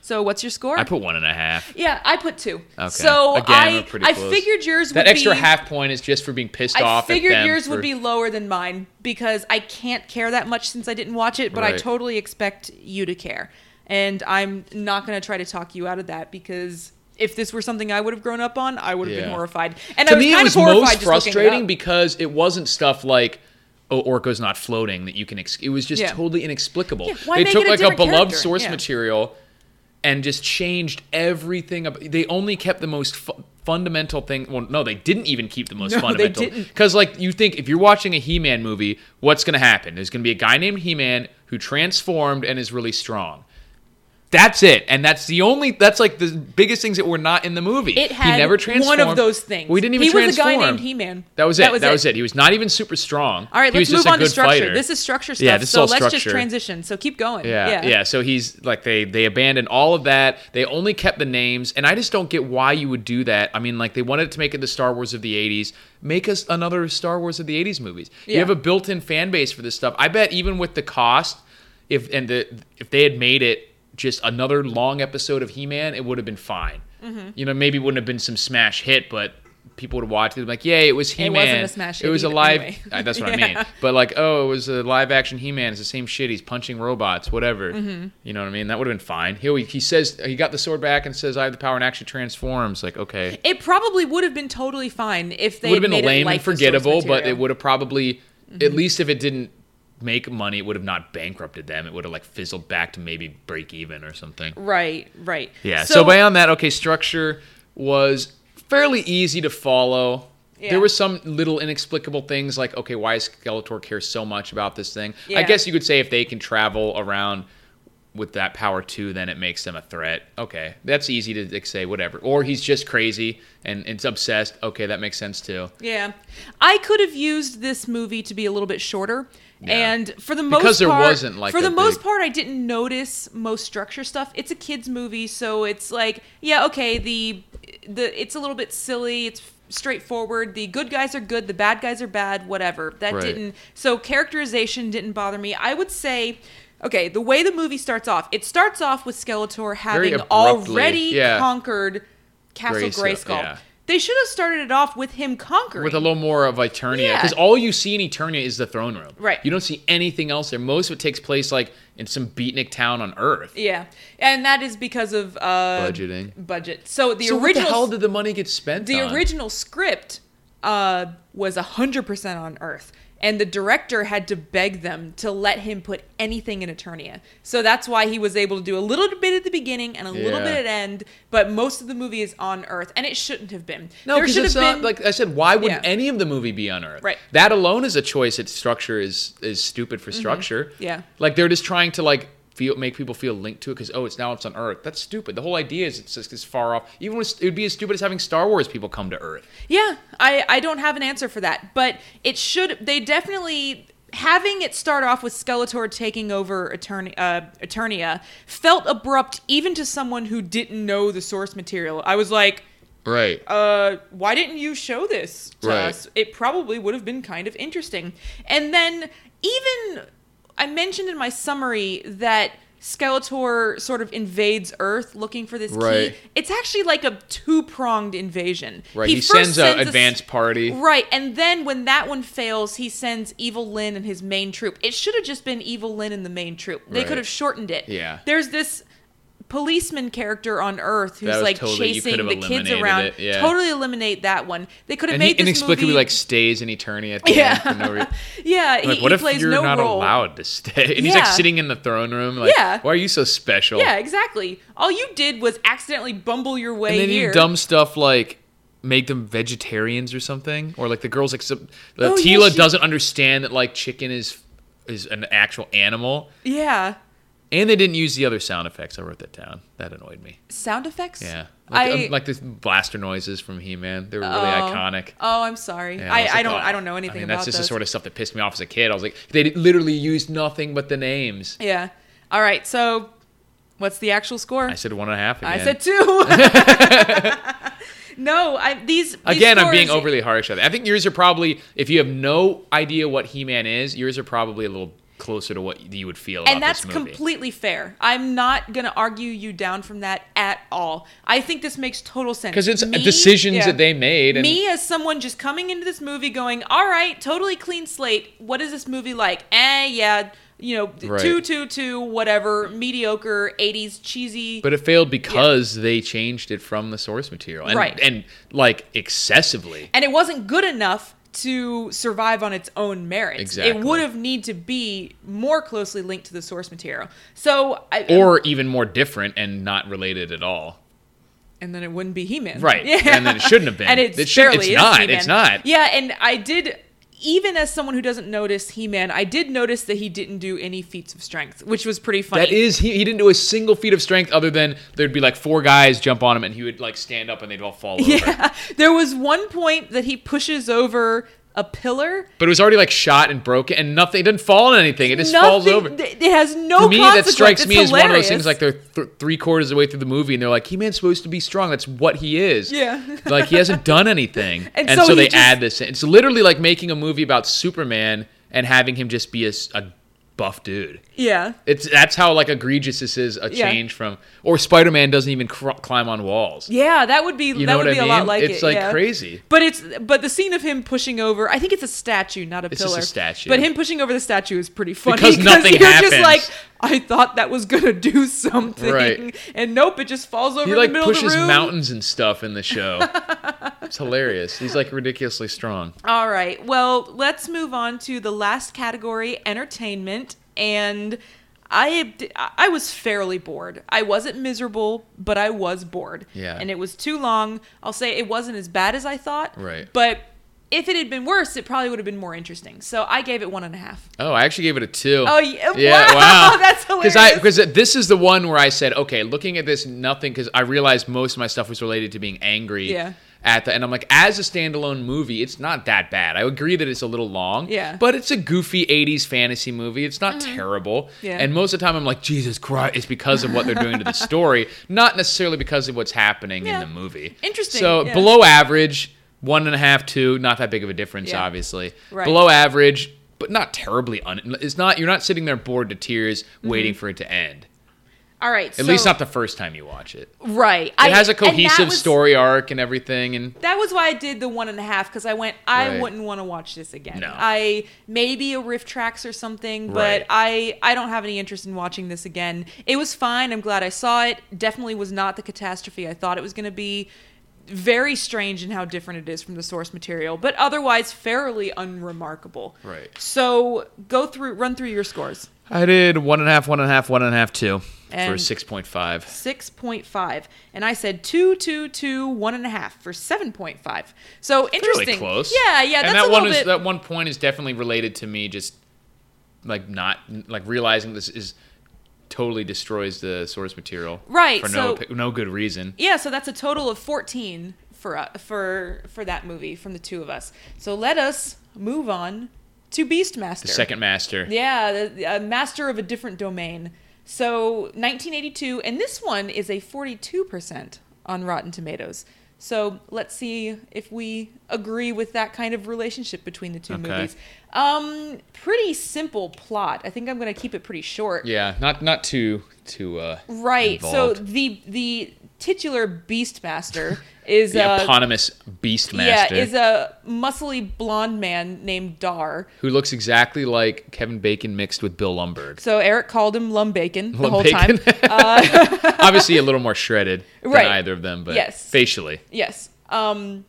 A: So what's your score?
B: I put one and a half.
A: yeah, I put two.
B: Okay.
A: So
B: Again, we're
A: I
B: pretty
A: I
B: close.
A: figured yours
B: That
A: would
B: extra
A: be,
B: half point is just for being pissed
A: I
B: off. at
A: figured
B: them
A: yours
B: for-
A: would be lower than mine because I can't care that much since I didn't watch it, but I
B: Right.
A: totally expect you to care. And I'm not going to try to talk you out of that because if this were something I would have grown up on, I would have been
B: Yeah.
A: horrified. And I
B: to
A: was
B: me,
A: kind of
B: it was
A: horrified
B: most
A: just looking it
B: frustrating
A: up.
B: because it wasn't stuff like "Oh, Orko's not floating" that you can. Ex- it was just
A: Yeah.
B: totally inexplicable.
A: Yeah, why
B: they
A: make
B: took
A: it a
B: like a
A: different
B: beloved
A: character?
B: source
A: Yeah.
B: material and just changed everything. Up. They only kept the most fu- fundamental thing. Well, no, they didn't even keep the most
A: No, they
B: fundamental.
A: didn't.
B: Because like you think if you're watching a He-Man movie, what's going to happen? There's going to be a guy named He-Man who transformed and is really strong. That's it, and that's the only. That's like the biggest things that were not in the movie.
A: It had
B: he never
A: one
B: transformed.
A: of those things.
B: We didn't even
A: He was a
B: transform.
A: guy named He-Man.
B: That was it.
A: That
B: That
A: was
B: was,
A: it.
B: it. He was not even super strong.
A: All right,
B: he
A: let's move
B: was just a
A: on to
B: good
A: structure.
B: Fighter.
A: This is structure stuff.
B: Yeah, this is
A: so
B: all
A: let's just
B: structure.
A: transition. So keep going.
B: yeah, yeah, So he's like they they abandoned all of that. They only kept the names, and I just don't get why you would do that. I mean, like they wanted to make it the Star Wars of the '80s. Make us another Star Wars of the '80s movies.
A: Yeah.
B: You have a built-in fan base for this stuff. I bet even with the cost, if and the if they had made it just another long episode of He-Man, it would have been fine. You know, maybe it wouldn't have been some smash hit, but people would watch it and be like, "Yeah, it was
A: It
B: He-Man."
A: wasn't a smash hit
B: It was a
A: either-
B: live.
A: anyway.
B: Uh, That's what I
A: Yeah.
B: mean. But like, oh, it was a live action He Man. It's the same shit. He's punching robots, whatever.
A: Mm-hmm.
B: You know what I mean? That would have been fine. He he says he got the sword back and says I have the power and actually transforms. Like, okay,
A: It probably would have been totally fine if
B: it
A: they
B: would have
A: had
B: been
A: made
B: lame
A: like
B: and
A: the source
B: forgettable, but
A: material. Mm-hmm.
B: it would have probably at least if it didn't make money, it would have not bankrupted them. It would have like fizzled back to maybe break even or something.
A: Right, right.
B: Yeah. So, beyond that, okay, structure was fairly easy to follow.
A: Yeah.
B: There were some little inexplicable things like, okay, why does Skeletor care so much about this thing?
A: Yeah.
B: I guess you could say if they can travel around with that power too, then it makes them a threat. Okay, that's easy to like, say, whatever. Or he's just crazy and it's obsessed. Okay, that makes sense too.
A: Yeah. I could have used this movie to be a little bit shorter.
B: Yeah.
A: And for the most
B: Because there
A: part,
B: wasn't, like,
A: for
B: a
A: the most
B: big-
A: part, I didn't notice most structure stuff. It's a kids movie, so it's like, yeah, okay, the the it's a little bit silly. It's straightforward. The good guys are good, the bad guys are bad, whatever. That
B: Right.
A: didn't so characterization didn't bother me. I would say okay, the way the movie starts off, it starts off with Skeletor having
B: abruptly,
A: already
B: yeah.
A: conquered Castle
B: Grayskull,
A: Grayskull.
B: yeah.
A: They should have started it off with him conquering.
B: With a little more of Eternia,
A: Yeah.
B: because all you see in Eternia is the throne room.
A: Right.
B: You don't see anything else there. Most of it takes place like in some beatnik town on Earth.
A: Yeah, and that is because of uh,
B: Budgeting.
A: Budget. So the
B: so
A: original,
B: what the hell did the money get spent
A: the
B: on?
A: original script uh, was hundred percent on Earth, and the director had to beg them to let him put anything in Eternia. So that's why he was able to do a little bit at the beginning and a little
B: Yeah.
A: bit at end, but most of the movie is on Earth, and it shouldn't have been.
B: no,
A: there
B: because
A: should
B: it's
A: have
B: not
A: been
B: like I said. Why would
A: Yeah.
B: any of the movie be on Earth?
A: Right.
B: That alone is a choice. That structure is is stupid for structure.
A: Mm-hmm. Yeah.
B: Like they're just trying to like feel make people feel linked to it because oh it's now it's on Earth. That's stupid. The whole idea is it's just it's far off. Even with, it would be as stupid as having Star Wars people come to Earth.
A: Yeah, I, I don't have an answer for that, but it should. They definitely having it start off with Skeletor taking over Eterni- uh, Eternia felt abrupt, even to someone who didn't know the source material. I was like,
B: Right.
A: uh, why didn't you show this to
B: Right.
A: us? It probably would have been kind of interesting. And then even I mentioned in my summary that Skeletor sort of invades Earth looking for this
B: Right.
A: key. It's actually like a two-pronged invasion.
B: right. He,
A: first
B: sends a
A: s-
B: advanced party.
A: Right, and then when that one fails, he sends Evil Lyn and his main troop. It should have just been Evil Lyn and the main troop. They could
B: Right.
A: have shortened it.
B: Yeah.
A: There's this policeman character on Earth who's
B: was
A: like
B: totally- you could
A: chasing
B: have
A: the kids
B: eliminated
A: around.
B: it, yeah.
A: Totally eliminate that one. They could have
B: And he
A: made this
B: inexplicably
A: movie,
B: like stays in Eternia. At the
A: Yeah.
B: End for no reason.
A: yeah,
B: Like,
A: he,
B: what
A: he
B: if
A: plays
B: you're
A: no
B: not
A: role.
B: allowed to stay? And he's like
A: Yeah.
B: sitting in the throne room. Like,
A: Yeah.
B: why are you so special?
A: Yeah, exactly. All you did was accidentally bumble your way
B: And then
A: here.
B: you dumb stuff like make them vegetarians or something, or like the girls like sub-
A: Oh, yeah,
B: Tila
A: she-
B: doesn't understand that like chicken is is an actual animal,
A: Yeah.
B: and they didn't use the other sound effects. I wrote that down. That annoyed me.
A: Sound effects?
B: Yeah, like,
A: I-
B: um, like the blaster noises from He Man. They were really
A: Oh.
B: iconic.
A: Oh, I'm sorry.
B: Yeah,
A: I,
B: was
A: I
B: like,
A: don't
B: oh.
A: I don't know anything
B: I mean,
A: about
B: that's just
A: those.
B: the sort of stuff that pissed me off as a kid. I was like, they literally used nothing but the names.
A: Yeah. All right. So, what's the actual score?
B: I said one and a half. Again.
A: I said two. no, I these, these
B: Again, I'm being
A: scores-
B: overly harsh. on it. I think yours are probably, if you have no idea what He-Man is, yours are probably a little closer to what you would feel.
A: and
B: about
A: that's
B: this movie.
A: completely fair. I'm not gonna argue you down from that at all. I think this makes total sense
B: because it's
A: Me-
B: decisions
A: yeah.
B: that they made. And
A: me as someone just coming into this movie going, all right, totally clean slate. What is this movie like? Eh, yeah, you know, d-
B: Right.
A: two, two, two, whatever, mediocre, '80s cheesy.
B: but it failed because they changed it from the source material, and,
A: Right.
B: And like excessively.
A: and it wasn't good enough to survive on its own merits. It
B: Exactly.
A: would have need to be more closely linked to the source material. So, I,
B: Or even more different and not related at all.
A: and then it wouldn't be He-Man,
B: Right. And then it shouldn't have been.
A: and it's
B: It should-
A: barely
B: it's
A: is
B: not.
A: He-Man.
B: It's not.
A: Yeah, and I did. Even as someone who doesn't notice He-Man, I did notice that he didn't do any feats of strength, which was pretty funny.
B: That is, he, he didn't do a single feat of strength other than there'd be like four guys jump on him and he would like stand up and they'd all fall over.
A: Yeah. There was one point that he pushes over a pillar.
B: But it was already like shot and broken and nothing, it didn't fall on anything. It just falls
A: Nothing-
B: over.
A: th- It has no.
B: to me, that
A: consequence.
B: strikes
A: It's
B: me as one of those
A: hilarious.
B: things like they're th- three quarters of the way through the movie and they're like, He Man's supposed to be strong. That's what he is.
A: Yeah.
B: like he hasn't done anything.
A: And
B: And,
A: so
B: so,
A: he
B: they
A: just-
B: add this in. It's literally like making a movie about Superman and having him just be a s a a buff dude.
A: Yeah.
B: It's that's how like egregious this is a
A: Yeah.
B: change from or Spider Man doesn't even cr- climb on walls.
A: Yeah, that would be
B: You
A: that
B: know
A: would
B: what I
A: be
B: mean?
A: a lot like
B: it's
A: it.
B: like
A: yeah.
B: crazy.
A: But it's but the scene of him pushing over, I think it's a statue, not a
B: It's just
A: pillar.
B: a statue.
A: But him pushing over the statue is pretty funny
B: Because nothing
A: you're just
B: happens.
A: like, I thought that was gonna do something,
B: Right.
A: and nope, it just falls over
B: He
A: in
B: like
A: the middle of
B: pushes
A: the room.
B: mountains and stuff in the show. it's hilarious. He's like ridiculously strong.
A: All right, well, let's move on to the last category, entertainment, and. I I was fairly bored. I wasn't miserable, but I was bored.
B: Yeah.
A: And it was too long. I'll say it wasn't as bad as I thought.
B: Right.
A: But if it had been worse, it probably would have been more interesting. So I gave it one and a half.
B: Oh, I actually gave it a two.
A: Oh, yeah. Wow. That's
B: Because I
A: hilarious.
B: because this is the one where I said, okay, looking at this, nothing. Because I realized most of my stuff was related to being angry.
A: Yeah.
B: At the and I'm like, as a standalone movie, it's not that bad. I agree that it's a little long.
A: Yeah. Mm-hmm.
B: But it's a goofy '80s fantasy movie. It's not terrible.
A: Yeah.
B: And most of the time, I'm like, Jesus Christ! It's because of what they're doing to the story, not necessarily because of what's happening
A: Yeah.
B: in the movie.
A: Interesting,
B: So
A: yeah.
B: below average, one and a half, two. Not that big of a difference,
A: Yeah.
B: obviously.
A: Right.
B: Below average, but not terribly un. It's not you're not sitting there bored to tears
A: Mm-hmm.
B: waiting for it to end.
A: All right.
B: At least not the first time you watch it. It
A: right. It I,
B: has a
A: and that
B: cohesive
A: was-
B: story arc and everything, and
A: That was why I did the one and a half because I went, I
B: Right.
A: wouldn't want to watch this again.
B: No.
A: I maybe a riff tracks or something, but
B: Right.
A: I I don't have any interest in watching this again. It was fine. I'm glad I saw it. Definitely was not the catastrophe I thought it was going to be. Very strange in how different it is from the source material, but otherwise fairly unremarkable.
B: Right.
A: So go through, run through your scores.
B: I did one and a half, one and a half, one and a half, two for
A: And-
B: six point five.
A: 6.5 and i said two, two, two, one and a half for 7.5 so interesting
B: Really close.
A: yeah yeah that's
B: and that
A: a
B: one
A: little
B: is
A: bit
B: that one point is definitely related to me just like not like realizing this is totally destroys the source material
A: Right,
B: for
A: so-
B: no pi- no good reason.
A: yeah so that's a total of 14 for uh, for for that movie from the two of us so let us move on to beastmaster
B: The second master.
A: yeah the, the, uh, master of a different domain so 1982 and this one is a 42% on rotten tomatoes so let's see if we agree with that kind of relationship between the two
B: Okay.
A: movies um pretty simple plot i think i'm going to keep it pretty short
B: Yeah, not not too too uh
A: right so
B: involved.
A: the the titular beastmaster is
B: the
A: uh,
B: eponymous beast
A: yeah
B: master
A: is a muscly blonde man named dar
B: who looks exactly like Kevin Bacon mixed with Bill Lumberg.
A: so eric called him lumbacon the whole time
B: Lumbacon. Obviously a little more shredded than
A: Right.
B: either of them, but
A: Yes.
B: facially.
A: Yes. Um,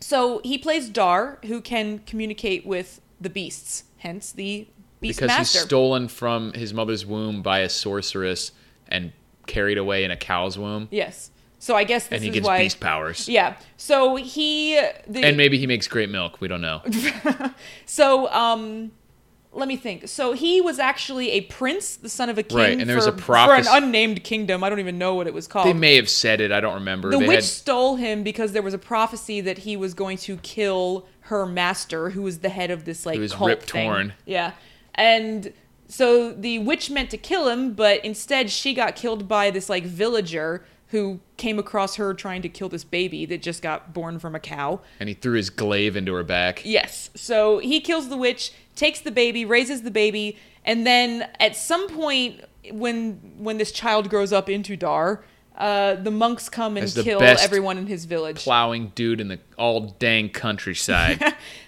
A: so he plays Dar, who can communicate with the beasts, hence the beast
B: because
A: master.
B: he's stolen from his mother's womb by a sorceress and carried away in a cow's womb.
A: yes. So I guess this
B: and he
A: is
B: gets
A: why.
B: beast powers.
A: Yeah. So he the,
B: And maybe he makes great milk. We don't know.
A: so um let me think. So he was actually a prince, the son of a king,
B: Right, and there was
A: for,
B: a prophecy-
A: for an unnamed kingdom. I don't even know what it was called.
B: They may have said it. I don't remember.
A: Oh. the
B: they
A: witch
B: had-
A: stole him because there was a prophecy that he was going to kill her master, who was the head of this like
B: was
A: cult
B: Rip
A: thing.
B: Torn.
A: Yeah, and so the witch meant to kill him, but instead she got killed by this like villager who came across her trying to kill this baby that just got born from a cow.
B: and he threw his glaive into her back.
A: Yes. So he kills the witch, takes the baby, raises the baby, and then at some point when when this child grows up into Dar, uh, the monks come and
B: As the
A: kill
B: best
A: everyone in his village.
B: Plowing dude in the all dang countryside.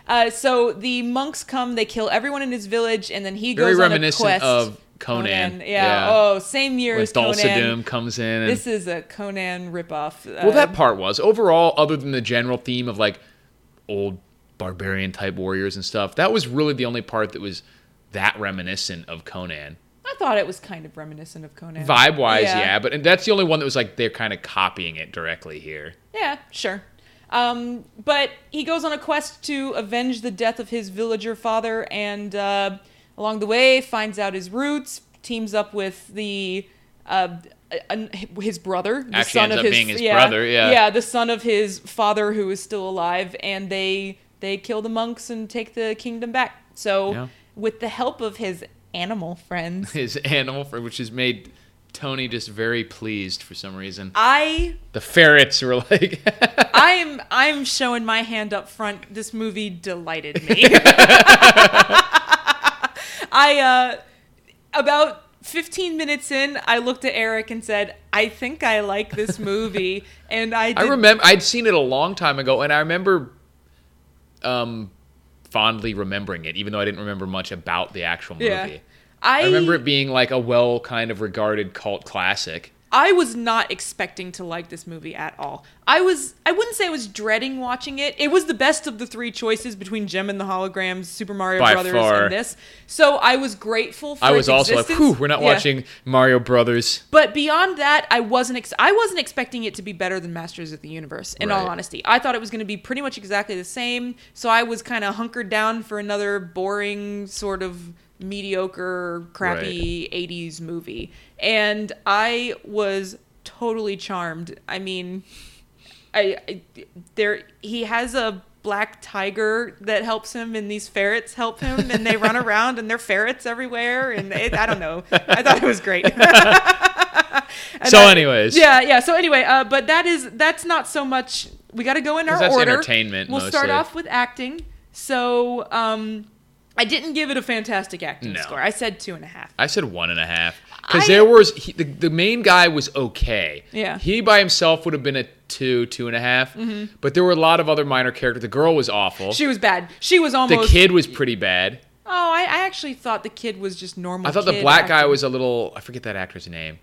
A: Uh, so the monks come, they kill everyone in his village, and then he
B: Very
A: goes
B: reminiscent
A: on a quest.
B: of Conan.
A: Yeah.
B: Yeah.
A: Oh, same year
B: when
A: as Conan.
B: Dulcidum comes in. And,
A: This is a Conan ripoff. Uh,
B: well, that part was overall, other than the general theme of like old barbarian type warriors and stuff, that was really the only part that was that reminiscent of Conan.
A: I thought it was kind of reminiscent of Conan.
B: Vibe wise,
A: Yeah.
B: yeah. but and that's the only one that was like they're kind of copying it directly here.
A: Yeah, sure. Um, but he goes on a quest to avenge the death of his villager father, and uh, along the way finds out his roots. Teams up with the uh, an- his brother, the
B: Actually
A: son
B: ends
A: of
B: up
A: his,
B: being his brother, yeah.
A: yeah, the son of his father who is still alive, and they they kill the monks and take the kingdom back. So
B: Yeah.
A: with the help of his animal friends,
B: His animal, fr- which has made Tony just very pleased for some reason.
A: I
B: The ferrets were like,
A: I'm I'm showing my hand up front. This movie delighted me. I uh about 15 minutes in, I looked at Eric and said, "I think I like this movie." And I did,
B: I remember I'd seen it a long time ago, and I remember um, fondly remembering it, even though I didn't remember much about the actual movie.
A: Yeah. I
B: I remember it being like a well kind of regarded cult classic.
A: I was not expecting to like this movie at all. I was I wouldn't say I was dreading watching it. It was the best of the three choices between Gem and the Holograms, Super Mario
B: By
A: Brothers,
B: far.
A: and this. So I was grateful for
B: I
A: its
B: was also like,
A: existence.
B: whew, we're not
A: Yeah.
B: watching Mario Brothers.
A: But beyond that, I wasn't ex- I wasn't expecting it to be better than Masters of the Universe. In all
B: Right.
A: honesty, I thought it was going to be pretty much exactly the same. So I was kind of hunkered down for another boring sort of mediocre, crappy '80s movie, and I was totally charmed. I mean, I, I there he has a black tiger that helps him and these ferrets help him and they run around and they're ferrets everywhere and it, i don't know i thought it was great And
B: So
A: I-
B: anyways.
A: yeah yeah so anyway uh, but that is that's not so much we got to go in our
B: 'Cause that's
A: order
B: entertainment
A: we'll start
B: mostly.
A: off with acting so um i didn't give it a fantastic acting
B: No.
A: score i said two and a half
B: I said one and a half because
A: I-
B: there was he, the, the main guy was okay.
A: Yeah. Mm-hmm.
B: he by himself would have been a two, two and a half, But there were a lot of other minor characters. The girl was awful.
A: she was bad she was
B: the
A: almost
B: kid was pretty bad.
A: oh I, I actually thought the kid was just normal
B: I thought the
A: kid
B: black guy
A: acting.
B: was a little. I forget that actor's name,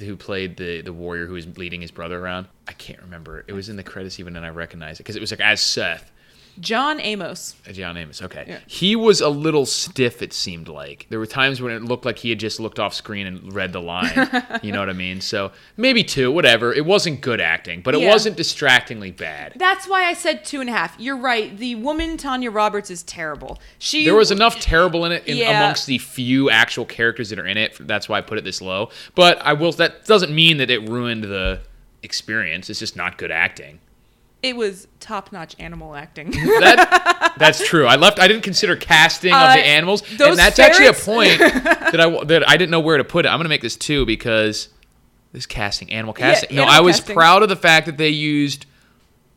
B: who played the the warrior who was leading his brother around. I can't remember. It was in the credits even, and I recognize it because it was like as Seth.
A: john amos
B: John Amos. Okay,
A: Yeah.
B: he was a little stiff. It seemed like there were times when it looked like he had just looked off screen and read the line. you know what I mean? So maybe two, whatever. It wasn't good acting, but it
A: Yeah.
B: wasn't distractingly bad.
A: That's why I said two and a half. You're right. The woman Tanya Roberts is terrible. She
B: There was enough terrible in it in,
A: Yeah.
B: amongst the few actual characters that are in it. That's why I put it this low. But I will. That doesn't mean that it ruined the experience. It's just not good acting.
A: It was top notch animal acting.
B: That that's true. I left. I didn't consider casting of
A: Uh,
B: the animals,
A: those
B: and that's actually a
A: ferrets-
B: point that I that I didn't know where to put it. I'm gonna make this two because this casting, animal
A: Yeah,
B: casting. no,
A: animal
B: I was
A: casting.
B: proud of the fact that they used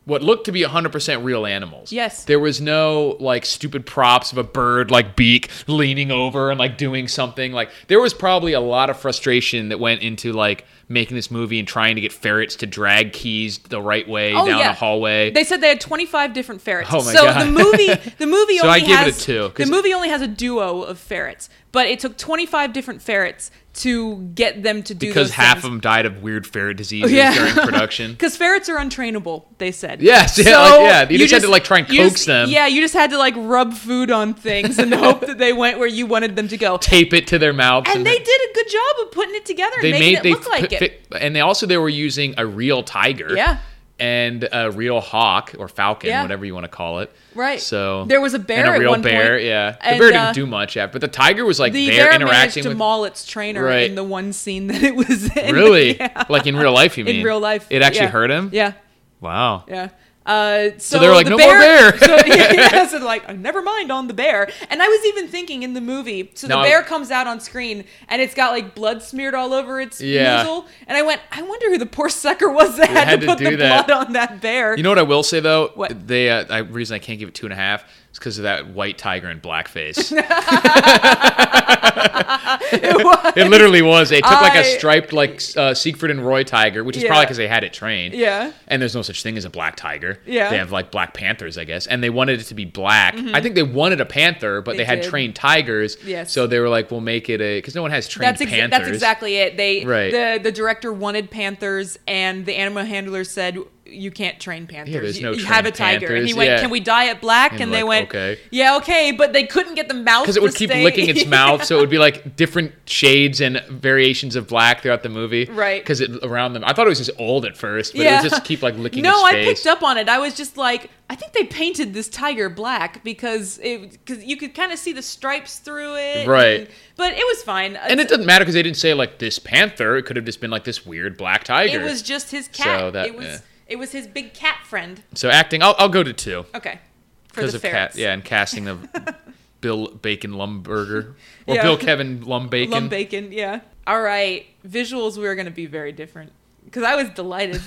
B: what looked to be 100% real animals.
A: Yes.
B: There was no like stupid props of a bird like beak leaning over and like doing something. Like there was probably a lot of frustration that went into like making this movie and trying to get ferrets to drag keys the right way
A: Oh,
B: down
A: yeah.
B: a hallway.
A: They said they had 25 different ferrets.
B: Oh my
A: so
B: God.
A: the movie, the movie
B: So I
A: only
B: give it a
A: has
B: two, 'cause-
A: the movie only has a duo of ferrets, but it took 25 different ferrets to get them to do
B: because
A: those
B: half
A: things. Oh,
B: of them died of weird ferret diseases
A: Yeah.
B: during production.
A: Because ferrets are untrainable, they said.
B: Yes, yeah, like, yeah, you just had to, like, try and
A: you
B: coax
A: just-
B: them.
A: Yeah, you just had to like rub food on things and hope that they went where you wanted them to go.
B: Tape it to their mouths.
A: And they did a good job of putting it together and
B: they
A: making
B: made
A: it
B: they
A: look like
B: put,
A: Yep.
B: Fi- and they also they were using a real tiger.
A: Yeah.
B: And a real hawk or falcon,
A: Yeah.
B: whatever you want to call it.
A: Right.
B: So
A: There was a bear
B: and a
A: at
B: real
A: one
B: bear.
A: point,
B: Yeah, the
A: and,
B: bear
A: uh,
B: didn't do much after, but the tiger was like
A: The bear
B: there
A: managed
B: interacting
A: to
B: with.
A: maul its trainer
B: Right.
A: in the one scene that it was in.
B: Really?
A: Yeah.
B: Like in real life, you mean?
A: in real life.
B: It actually
A: Yeah.
B: hurt him?
A: Yeah.
B: Wow.
A: Yeah. Uh, so,
B: they were like,
A: the
B: "No more bear."
A: so, yeah, so they're like, "Oh, never mind on the bear. And I was even thinking in the movie, so
B: No,
A: the
B: I-
A: bear comes out on screen and it's got like blood smeared all over its
B: Yeah.
A: muzzle. And I went, I wonder who the poor sucker was that had,
B: had
A: to
B: to
A: put
B: do
A: the
B: that.
A: blood on that bear.
B: You know what I will say though?
A: What?
B: They uh, I, reason I can't give it two and a half is because of that white tiger in blackface.
A: it was.
B: it literally was. They took like
A: I-
B: a striped like uh, Siegfried and Roy tiger, which is
A: Yeah.
B: probably because they had it trained.
A: Yeah.
B: And there's no such thing as a black tiger.
A: Yeah. Mm-hmm.
B: They have like black panthers, I guess. And they wanted it to be black. I think they wanted a panther, but
A: They
B: they, had
A: did.
B: trained tigers.
A: Yes.
B: So they were like, we'll make it a because no one has trained
A: That's, exa-
B: panthers.
A: that's exactly it. They
B: Right.
A: the the director wanted panthers, and the animal handlers said you can't train panthers.
B: there's
A: you,
B: no
A: you have a
B: trained
A: tiger. and he
B: panthers,
A: went,
B: yeah.
A: "Can we dye it black?" And,
B: And
A: they
B: like,
A: went,
B: "Okay."
A: "Yeah, okay," but they couldn't get the mouth
B: Because it would
A: to
B: keep
A: stay-
B: licking its mouth, so it would be like different shades and variations of black throughout the movie.
A: Right.
B: Because it around them, I thought it was just old at first, but it would just keep like licking.
A: No,
B: its
A: I
B: face.
A: picked up on it. I was just like, I think they painted this tiger black because it because you could kind of see the stripes through it.
B: Right.
A: and- but it was fine.
B: And it doesn't matter because they didn't say like this panther. It could have just been like this weird black tiger.
A: it was just his cat.
B: So that-
A: it was
B: yeah.
A: it was his big cat friend.
B: so acting, I'll, I'll go to two
A: Okay. For
B: because
A: the
B: of cat.
A: ferrets.
B: Yeah, and casting of Bill Bacon Lumberger or
A: Yeah.
B: Bill Kevin Lumbacon.
A: Lump bacon, yeah. All right, visuals we are going to be very different because I was delighted.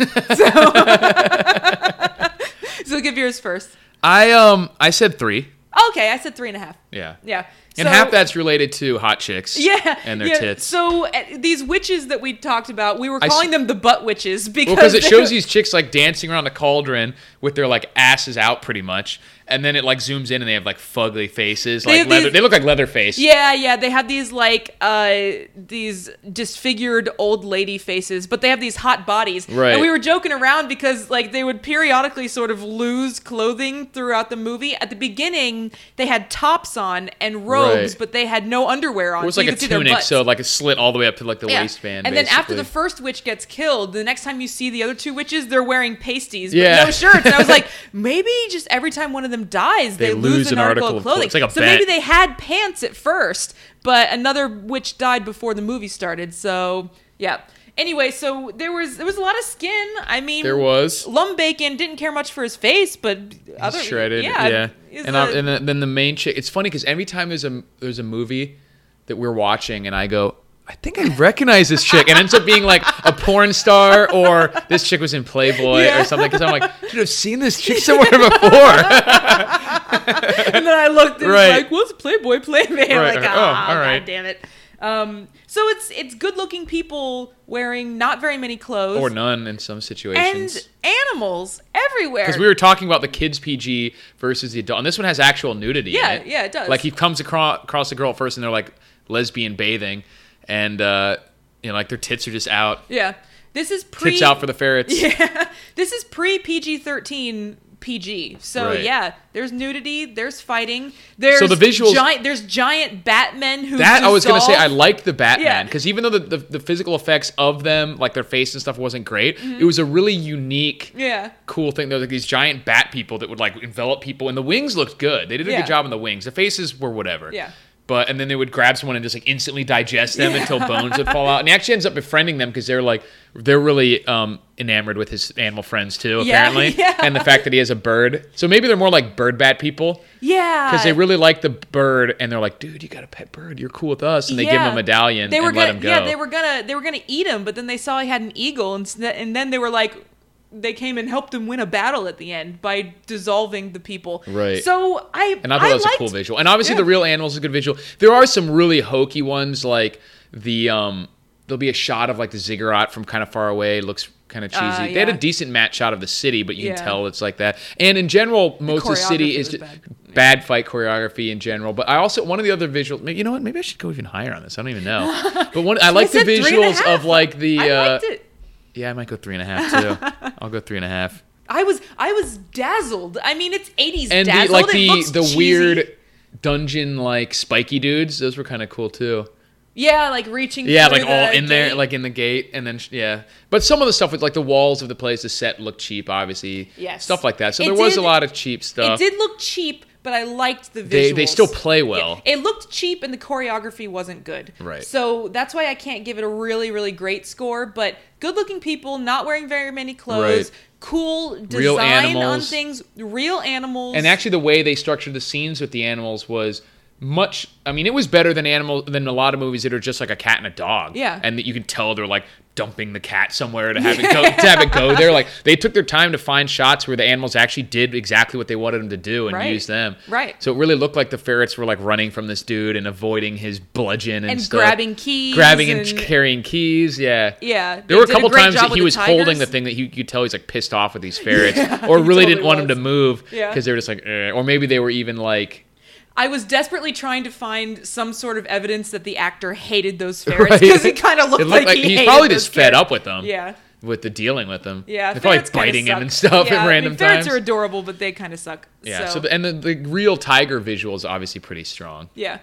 A: so, so give yours first.
B: I um I said three.
A: Okay, I said three and a half.
B: Yeah.
A: Yeah,
B: And
A: So-
B: half that's related to hot chicks.
A: Yeah,
B: And their
A: yeah.
B: tits.
A: So uh, these witches that we talked about, we were
B: I s-
A: calling them the butt witches because
B: Well, because it
A: they-
B: shows these chicks like dancing around a cauldron with their like asses out pretty much, and then it like zooms in and they have like fugly faces,
A: They
B: like
A: have
B: leather.
A: these-
B: They look like leather face.
A: Yeah, yeah, they have these like uh these disfigured old lady faces, but they have these hot bodies.
B: Right.
A: And we were joking around because like they would periodically sort of lose clothing throughout the movie. At the beginning, they had tops on and robes,
B: Right.
A: but they had no underwear on.
B: It was
A: so
B: like
A: you
B: a
A: could see their
B: tunic,
A: butts.
B: so like it slit all the way up to like the
A: Yeah.
B: waistband.
A: And then after the
B: basically.
A: first witch gets killed, the next time you see the other two witches, they're wearing pasties, but
B: Yeah.
A: no shirts. And I was like, maybe just every time one of them dies, they, lose, an, article, of clothing.
B: It's like a
A: so maybe
B: bet.
A: they had pants at first, but another witch died before the movie started. So yeah. Anyway, so there was there was a lot of skin. I mean,
B: there was
A: Lumbacon didn't care much for his face, but other
B: He's shredded.
A: yeah,
B: Yeah,
A: is
B: and,
A: a-
B: I- and then- then the main chick. It's funny because every time there's a there's a movie that we're watching, and I go, I think I recognize this chick, and it ends up being like a porn star or this chick was in Playboy
A: Yeah.
B: or something. Because I'm like, dude, I've seen this chick somewhere before.
A: and then I looked and
B: Right.
A: it's like, "What's Playboy Playmate?"
B: Right.
A: Like,
B: Oh,
A: ah,
B: all right.
A: god damn it. Um, so it's it's good looking people wearing not very many clothes
B: or none in some
A: and
B: situations.
A: animals everywhere.
B: Because we were talking about the kids PG versus the adult, and this one has actual nudity. in
A: Yeah,
B: it.
A: yeah, it does.
B: Like he comes across, across the girl first, and they're like lesbian bathing, and uh, you know, like their tits are just out,
A: yeah, this is pre.
B: tits out for the ferrets.
A: Yeah, this is pre PG thirteen. PG. So
B: Right.
A: yeah, there's nudity, there's fighting, there's
B: the visuals-
A: giant there's giant Batmen who
B: That I was gonna say I
A: dissolve.
B: liked the Batman
A: Yeah.
B: because even though the, the, the physical effects of them, like their face and stuff, wasn't great, it was a really unique,
A: Mm-hmm. Yeah.
B: cool thing. There were like these giant bat people that would like envelop people, and the wings looked good. They did a
A: Yeah.
B: good job in the wings. The faces were whatever.
A: Yeah.
B: But and then they would grab someone and just like instantly digest them until bones would fall out. And he actually ends up befriending them because they're like they're really um, enamored with his animal friends too,
A: Yeah,
B: apparently.
A: yeah.
B: And the fact that he has a bird. So maybe they're more like bird bat people
A: Yeah.
B: because they really like the bird and they're like dude you got a pet bird you're cool with us and they give
A: Yeah.
B: him a medallion
A: They
B: and
A: were
B: let
A: gonna-
B: him go
A: Yeah, they were gonna they were gonna eat him, but then they saw he had an eagle, and s- and then they were like, they came and helped him win a battle at the end by dissolving the people.
B: Right.
A: So I
B: and i thought that was
A: liked,
B: a cool visual and obviously
A: yeah.
B: the real animals is a good visual there are some really hokey ones like the um there'll be a shot of like the ziggurat from kind of far away It looks kind of cheesy
A: Uh,
B: they had a
A: yeah.
B: decent matte shot of the city but you
A: Yeah.
B: can tell it's like that and in general most of the
A: choreography
B: city is
A: was
B: just
A: bad.
B: bad. fight choreography in general but i also one of the other visuals you know what maybe i should go even higher on this i don't even know but one i like the
A: said three and a
B: visuals
A: half.
B: of like the
A: I liked
B: uh,
A: it.
B: Yeah, I might go three and a half too. I'll go three and a half.
A: I was I was dazzled. I mean, it's eighties
B: And
A: dazzled.
B: the, like
A: It
B: the
A: looks
B: the
A: cheesy.
B: weird dungeon like spiky dudes, those were kind of cool too.
A: Yeah, like reaching.
B: Yeah,
A: through
B: like all
A: the
B: in there,
A: gate.
B: like in the gate, and then sh- yeah. But some of the stuff with like the walls of the place, the set looked cheap, obviously.
A: Yes.
B: Stuff like that. So
A: It
B: there was
A: did-
B: a lot of cheap
A: it
B: stuff.
A: did look cheap, but I liked the visuals.
B: They- they still play well.
A: Yeah, it looked cheap, and the choreography wasn't good.
B: Right.
A: So that's why I can't give it a really, really great score. But good-looking people, not wearing very many clothes,
B: Right.
A: cool design
B: Real
A: on
B: animals.
A: things, real animals,
B: and actually, the way they structured the scenes with the animals was much. I mean, it was better than animal than a lot of movies that are just like a cat and a dog.
A: Yeah.
B: And that you can tell they're like dumping the cat somewhere to have it go to have it go there. Like they took their time to find shots where the animals actually did exactly what they wanted them to do and
A: Right.
B: use them.
A: Right.
B: So it really looked like the ferrets were like running from this dude and avoiding his bludgeon and,
A: and
B: stuff.
A: grabbing keys,
B: grabbing and, carrying keys. Yeah.
A: Yeah, they
B: There were a
A: did
B: couple
A: great
B: times
A: job
B: that
A: with
B: he
A: the
B: was holding the
A: tigers.
B: thing that he you could tell he's like pissed off with these ferrets, or really
A: totally
B: didn't want him to
A: was.
B: move because
A: Yeah.
B: they were just like, eh. or maybe they were even like,
A: I was desperately trying to find some sort of evidence that the actor hated those ferrets
B: Right.
A: because he kind of looked,
B: it looked like,
A: he
B: he's
A: hated
B: probably
A: those
B: just fed
A: kids.
B: up with them.
A: Yeah.
B: With the dealing with them.
A: Yeah,
B: They're probably
A: ferrets kinda
B: biting him and
A: suck.
B: stuff
A: Yeah, I
B: at
A: mean,
B: random
A: ferrets
B: times.
A: are adorable, but they kind of suck.
B: yeah.
A: So,
B: So, the and the, the real tiger visual is obviously pretty strong.
A: yeah.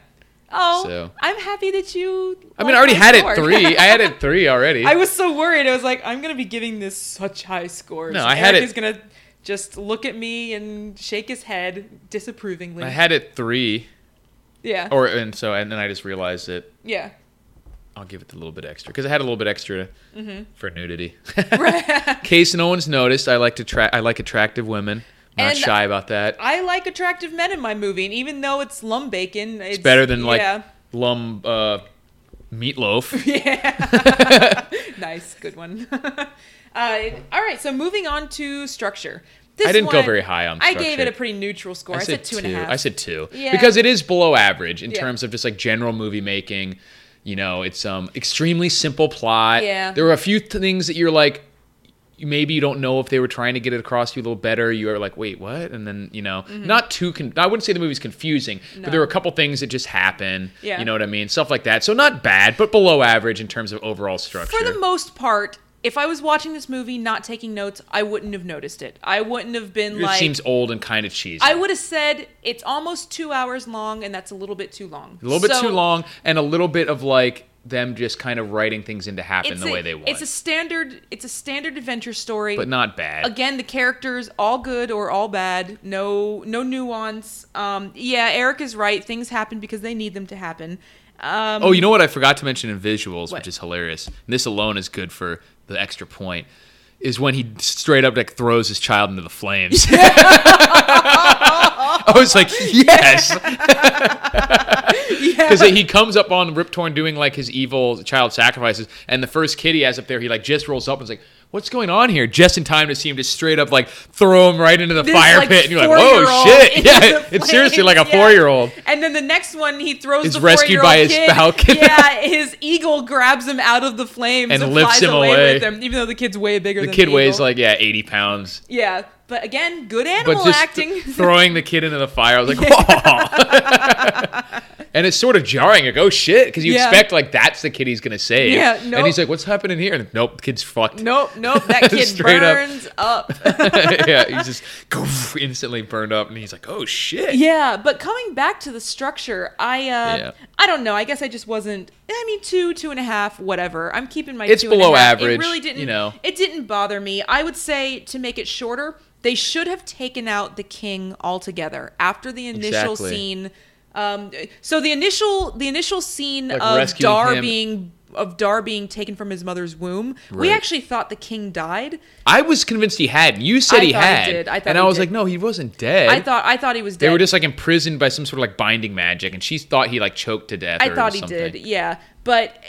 A: Oh,
B: So-
A: I'm happy that you.
B: I mean,
A: liked
B: I already
A: my
B: had it
A: score.
B: three. I had it three already.
A: Oh, I was so worried. I was like, I'm gonna be giving this such high scores.
B: No,
A: And
B: I had
A: Eric
B: it-
A: is gonna just look at me and shake his head disapprovingly.
B: I had it three,
A: yeah.
B: or and so and then I just realized that
A: yeah.
B: I'll give it a little bit extra because I had a little bit extra
A: Mm-hmm.
B: for nudity. Case no one's noticed. I like to tra- I like attractive women. I'm not
A: And
B: shy about that.
A: I like attractive men in my movie, and even though it's lum bacon, it's,
B: It's better than like
A: yeah,
B: lum uh, meatloaf.
A: nice, good one. uh, all right, so moving on to structure. This
B: I didn't go
A: one,
B: very high on
A: I gave it
B: structure.
A: a pretty neutral score. I, said, two and a half.
B: I said two
A: Yeah.
B: because it is below average in
A: Yeah.
B: terms of just like general movie making. You know, it's um extremely simple plot.
A: Yeah.
B: there were a few th- things that you're like. Maybe you don't know if they were trying to get it across to you a little better. You are like, wait, what? And then you know,
A: Mm-hmm.
B: not too. Con- I wouldn't say the movie's confusing, but there were a couple things that just happen.
A: Yeah.
B: you know what I mean, stuff like that. So not bad, but below average in terms of overall structure.
A: For the most part, if I was watching this movie not taking notes, I wouldn't have noticed it. I wouldn't have been
B: it
A: like.
B: seems old and kind of cheesy.
A: I would have said it's almost two hours long, and that's a little bit too long.
B: a little bit
A: So-
B: too long, and a little bit of like them just kind of writing things into happen
A: It's
B: the
A: a-
B: way they want.
A: It's a standard. It's a standard adventure story.
B: but not bad.
A: again the characters all good or all bad no no nuance um yeah eric is right things happen because they need them to happen um
B: oh, you know what I forgot to mention in visuals,
A: What?
B: which is hilarious. This alone is good for the extra point. Is when he straight up like throws his child into the flames. I was like, yes,
A: yeah
B: because he comes up on Rip Torn doing like his evil child sacrifices, and the first kid he has up there, he like just rolls up and is like, "What's going on here?" Just in time to see him just straight up like throw him right into the
A: This,
B: fire
A: like,
B: pit, and you're like, "Whoa,
A: four-year-old
B: shit!"
A: into
B: Yeah,
A: the
B: it's seriously like a
A: flames, yeah.
B: four year old.
A: and then the next one he throws
B: Is
A: the
B: rescued by
A: four-year-old
B: his
A: kid.
B: falcon.
A: yeah his eagle grabs him out of the flames
B: And
A: and,
B: lifts
A: flies
B: him
A: away,
B: away.
A: with him even though the kid's way bigger
B: The
A: than
B: kid
A: the
B: weighs
A: eagle.
B: like yeah, eighty pounds.
A: yeah but again good
B: but
A: animal
B: just
A: acting
B: th- throwing the kid into the fire. I was like, "Whoa." and it's sort of jarring. Like, oh shit, because you
A: Yeah.
B: expect like that's the kid he's gonna save.
A: Yeah,
B: And he's
A: nope.
B: like, what's happening here? And nope, the kid's fucked.
A: nope nope that kid
B: Straight up.
A: burns up.
B: yeah, he's just goof, instantly burned up, and he's like, oh shit.
A: Yeah, but coming back to the structure, I uh,
B: Yeah.
A: I don't know. I guess I just wasn't. eh, I mean, two, two and a half, whatever. I'm keeping my.
B: It's
A: two and a
B: below
A: half. It
B: average,
A: really didn't.
B: you know.
A: It didn't bother me. I would say to make it shorter, they should have taken out the king altogether after the initial
B: Exactly.
A: scene. Um, so the initial the initial scene
B: Like
A: of
B: rescuing
A: Dar
B: him.
A: being of Dar being taken from his mother's womb, we
B: Right.
A: actually thought the king died.
B: I was convinced he had. and You said
A: I
B: he
A: thought he
B: had.
A: did. I thought
B: and
A: he
B: I was
A: did.
B: like, no, he wasn't dead.
A: I thought I thought he was dead.
B: they were just like imprisoned by some sort of like binding magic, and she thought he like choked to death.
A: I
B: or
A: thought he
B: something.
A: did, yeah. But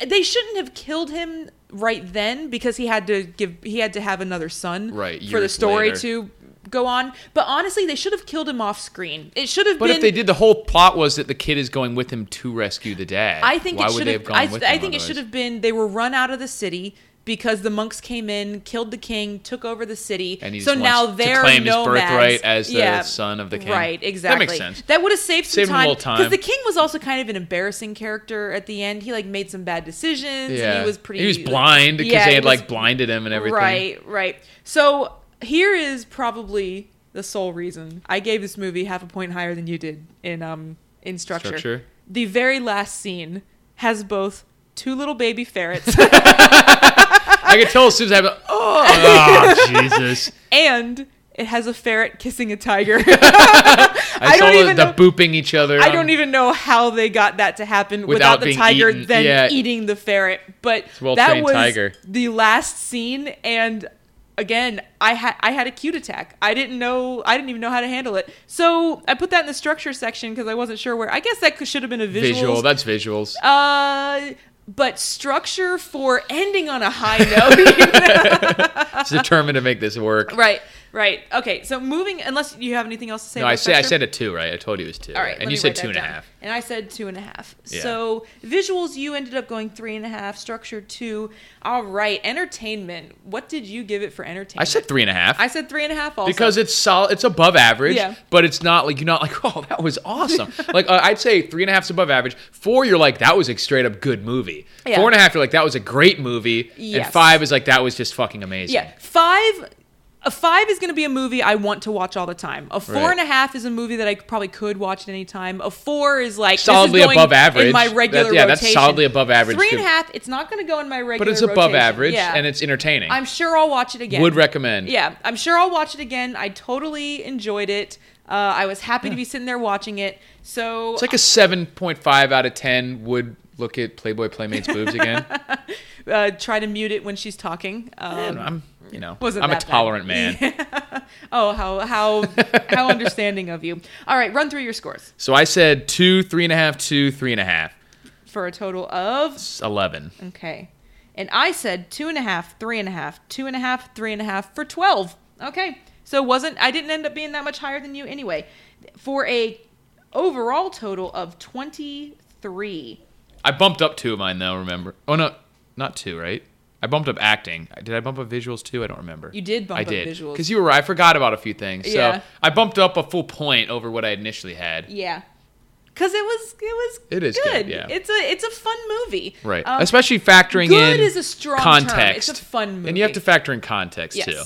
A: they shouldn't have killed him right then because he had to give he had to have another son
B: Right,
A: for the
B: years
A: story
B: later.
A: to go on. But honestly, they should have killed him off screen. It should have
B: But
A: been.
B: if they did, the whole plot was that the kid is going with him to rescue the dad.
A: I think
B: Why
A: it
B: would
A: should
B: they
A: have.
B: have gone
A: I,
B: with
A: I
B: him
A: think it
B: otherwise?
A: should have been. They were run out of the city because the monks came in, killed the king, took over the city.
B: And he
A: so
B: just
A: now
B: wants to
A: they're
B: claim his
A: nomads.
B: birthright as the
A: Yeah,
B: son of the king.
A: Right,
B: That makes
A: exactly.
B: sense.
A: That would have saved some
B: Saved him a
A: time
B: little
A: because
B: time.
A: the king was also kind of an embarrassing character at the end. He like made some bad decisions. and he was pretty.
B: He was blind because
A: Yeah,
B: they
A: he
B: had
A: was-
B: like blinded him and everything.
A: Right, right. So here is probably the sole reason I gave this movie half a point higher than you did in um in structure.
B: Structure.
A: The very last scene has both two little baby ferrets
B: I could tell as soon as I have. a- Oh, Jesus!
A: and it has a ferret kissing a tiger.
B: I,
A: I
B: saw
A: don't
B: the,
A: even
B: the
A: know-
B: booping each other.
A: I don't even know how they got that to happen
B: Um, Without
A: without, the
B: being
A: tiger
B: eaten,
A: then
B: yeah.
A: eating the ferret. But
B: a well-trained
A: that was
B: tiger.
A: the last scene, and again, I had I had a cute attack. I didn't know I didn't even know how to handle it. So I put that in the structure section because I wasn't sure where. I guess that could- should have been a
B: visual. That's visuals.
A: Uh, but structure for ending on a high note.
B: It's determined to make this work.
A: right, right. Okay, so moving. Unless you have anything else to say.
B: No,
A: about
B: I say I
A: structure?
B: said a two, right? I told you it was two,
A: All right,
B: and
A: let
B: you
A: me
B: said
A: write
B: two and
A: that
B: a
A: down.
B: half.
A: And I said two and a half.
B: Yeah.
A: So visuals, you ended up going three and a half. Structure two. All right, entertainment. What did you give it for entertainment?
B: I said three and a half.
A: I said three and a half. Also,
B: because it's solid, it's above average,
A: Yeah.
B: but it's not like you're not like, oh, that was awesome. like uh, I'd say three and a half's above average. Four, you're like, that was a straight up good movie.
A: Yeah.
B: Four and a half, you're like, that was a great movie.
A: Yes.
B: And five is like, that was just fucking amazing.
A: yeah, five. A five is going to be a movie I want to watch all the time. A
B: Right.
A: four and a half is a movie that I probably could watch at any time. A four is like this is
B: Solidly
A: going
B: above average.
A: in my
B: That's-
A: regular
B: yeah, that's
A: rotation.
B: solidly above average,
A: Three and a
B: too.
A: half, it's not going to go in my regular.
B: but it's above
A: rotation.
B: average
A: Yeah.
B: and it's entertaining.
A: I'm sure I'll watch it again.
B: Would recommend.
A: Yeah, I'm sure I'll watch it again. I totally enjoyed it. Uh, I was happy to be sitting there watching it. So
B: It's like a seven point five out of ten. Would look at Playboy Playmate's boobs again.
A: uh, try to mute it when she's talking. Um,
B: I'm, you know,
A: Wasn't
B: I'm a
A: that bad.
B: tolerant man.
A: oh, how how how understanding of you. All right, run through your scores
B: So I said two, three and a half, two, three and a half.
A: for a total of
B: It's eleven.
A: okay. And I said two and a half, three and a half, two and a half, three and a half for twelve. Okay, so wasn't I didn't end up being that much higher than you anyway, for a overall total of twenty three.
B: I bumped up two of mine though. Remember? Oh no, not two, right? I bumped up acting. Did I bump up visuals too? I don't remember.
A: You did bump
B: I
A: up
B: did.
A: visuals.
B: because you were. right. I forgot about a few things. So
A: Yeah.
B: I bumped up a full point over what I initially had.
A: Yeah. Cause it was it was
B: It is good, yeah.
A: It's a it's a fun movie.
B: Right,
A: Um,
B: especially factoring
A: good
B: in
A: is a strong term. It's a
B: context.
A: fun
B: and you have
A: movie.
B: to factor in context
A: yes.
B: too.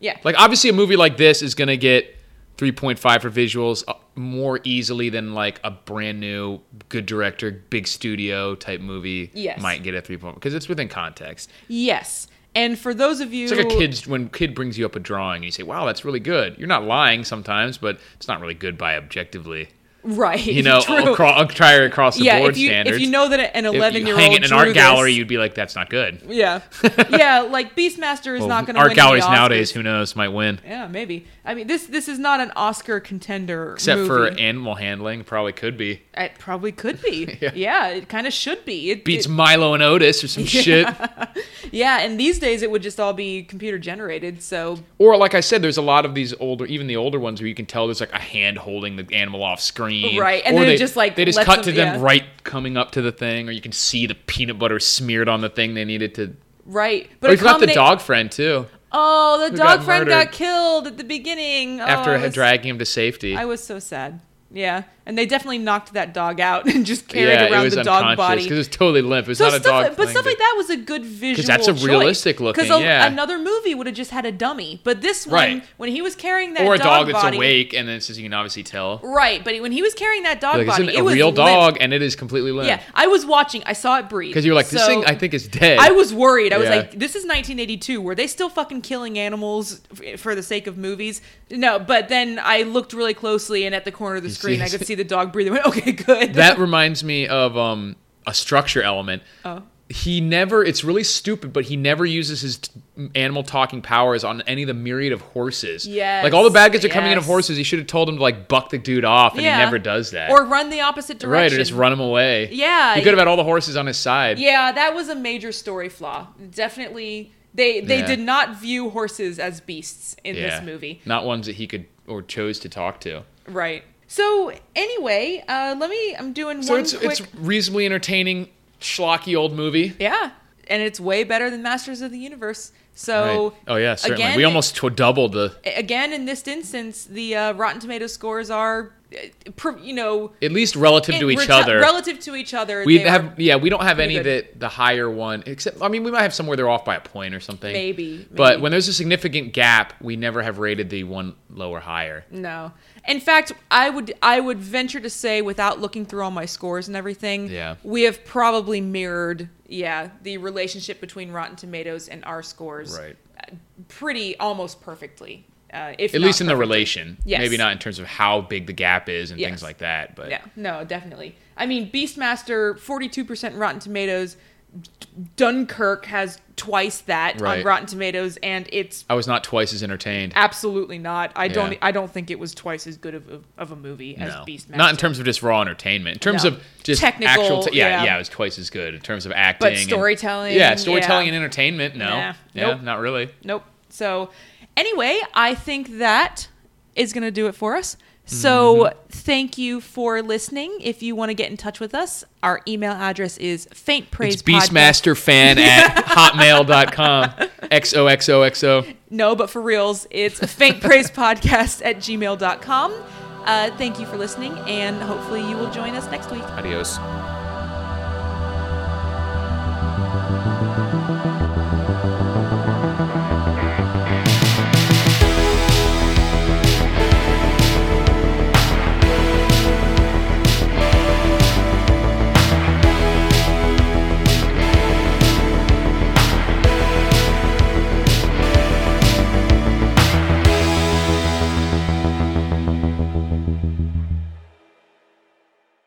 A: Yeah.
B: Like obviously a movie like this is going to get 3.5 for visuals uh, more easily than like a brand new good director, big studio type movie
A: Yes.
B: might get a 3.5 because it's within context.
A: yes. And for those of you
B: It's like a kid's when kid brings you up a drawing and you say, "Wow, that's really good." You're not lying sometimes, but it's not really good by objectively,
A: right?
B: you know, uh,
A: true.
B: across, across the
A: yeah.
B: board
A: If you
B: standards.
A: if you know that an
B: If you
A: eleven year old
B: hang it in an art gallery, you'd be like, "That's not good."
A: yeah, yeah. Like Beastmaster is
B: Well,
A: not going to
B: art
A: win
B: galleries
A: any Oscars.
B: nowadays, who knows, might win.
A: Yeah, maybe. I mean, this this is not an Oscar contender.
B: Except for
A: movie.
B: animal handling, probably could be.
A: it probably could be.
B: Yeah.
A: yeah. it kind of should be. It
B: Beats
A: it-
B: Milo and Otis or some shit.
A: yeah, and these days it would just all be computer generated. So
B: Or like I said, there's a lot of these older, even the older ones, where you can tell there's like a hand holding the animal off screen,
A: Right, and
B: or
A: then it
B: they
A: just, like,
B: they just
A: lets
B: cut to
A: them-
B: them
A: yeah.
B: right coming up to the thing, or you can see the peanut butter smeared on the thing they needed to.
A: right,
B: But
A: but
B: or
A: a
B: you forgot the
A: combina-
B: dog friend too,
A: Oh, the
B: got
A: dog friend
B: murdered.
A: got killed at the beginning. Oh,
B: after
A: I
B: had
A: was,
B: dragging him to safety.
A: I was so sad. Yeah, and they definitely knocked that dog out and just carried
B: yeah,
A: around
B: it was
A: the dog
B: unconscious
A: body.
B: because it was totally limp. It was
A: so stuff,
B: not a dog.
A: but
B: thing
A: stuff like that was a good visual.
B: that's a
A: choice.
B: realistic looking,
A: Because a-
B: yeah.
A: another movie would have just had a dummy, but this one,
B: Right.
A: when he was carrying that
B: Or a dog, that's
A: body,
B: awake, and then it's just you can obviously tell.
A: right? But when he was carrying that dog
B: Like, it's
A: body,
B: an,
A: it
B: a
A: was
B: real
A: limp.
B: dog, and it is completely limp.
A: Yeah, I was watching. I saw it breathe.
B: Because you're like, this
A: So-
B: thing, I think, is dead.
A: I was worried. I was
B: Yeah.
A: like, this is 1982. Were they still fucking killing animals f- for the sake of movies? No, but then I looked really closely and at the corner of the screen, I
B: see-
A: could see the dog breathing. I went, okay, good.
B: that reminds me of um, a structure element.
A: Oh.
B: He never, it's really stupid, but he never uses his t- animal talking powers on any of the myriad of horses.
A: Yes,
B: Like all the bad guys are coming in of
A: yes.
B: horses. He should have told him to like buck the dude off, and
A: Yeah.
B: he never does that.
A: Or run the opposite direction.
B: right, or just run him away.
A: Yeah.
B: He could have had all the horses on his side.
A: Yeah, that was a major story flaw. Definitely, they they
B: Yeah.
A: did not view horses as beasts in
B: Yeah.
A: this movie.
B: Not ones that he could or chose to talk to.
A: Right. So anyway, uh, let me. I'm doing
B: So
A: one
B: it's,
A: quick.
B: it's reasonably entertaining, schlocky old movie.
A: yeah, and it's way better than Masters of the Universe. So
B: Right. Oh, yeah, certainly.
A: again,
B: we
A: it-
B: almost tw- doubled the.
A: again in this instance the uh, rotten tomato scores are uh, pro- you know,
B: At least relative to
A: in-
B: each
A: reti-
B: other.
A: relative to each other.
B: we
A: they were
B: have yeah, we don't have any
A: good.
B: that the higher one except I mean we might have somewhere they're off by a point or something.
A: Maybe,
B: But
A: maybe.
B: when there's a significant gap, we never have rated the one lower higher.
A: No. In fact, I would I would venture to say without looking through all my scores and everything,
B: Yeah.
A: we have probably mirrored, yeah, the relationship between Rotten Tomatoes and our scores uh,
B: Right.
A: pretty almost perfectly. Uh, if
B: At
A: not
B: least in the
A: perfectly.
B: relation.
A: Yes.
B: Maybe not in terms of how big the gap is and
A: Yes.
B: things like that, but
A: Yeah, no, definitely. I mean, Beastmaster, 42% Rotten Tomatoes. D- Dunkirk has twice that on
B: Right.
A: Rotten Tomatoes, and it's
B: I was not twice as entertained.
A: absolutely not. I don't.
B: Yeah.
A: I don't think it was twice as good of a, of a movie as
B: no.
A: Beastmaster.
B: Not in terms of just raw entertainment. In terms
A: No.
B: of just
A: Technical,
B: actual te- yeah,
A: yeah.
B: yeah, it was twice as good in terms of acting. and-
A: storytelling,
B: yeah, storytelling
A: yeah.
B: and entertainment. No.
A: Nah.
B: Yeah,
A: Nope.
B: not really.
A: Nope. So, anyway, I think that is going to do it for us. So,
B: Mm-hmm.
A: thank you for listening. If you want to get in touch with us, our email address is faintpraisepodcast.
B: It's beastmasterfan at hotmail.com. XOXOXO.
A: No, but for reals, it's faintpraisepodcast at gmail.com. Uh, thank you for listening, and hopefully, you will join us next week.
B: Adios.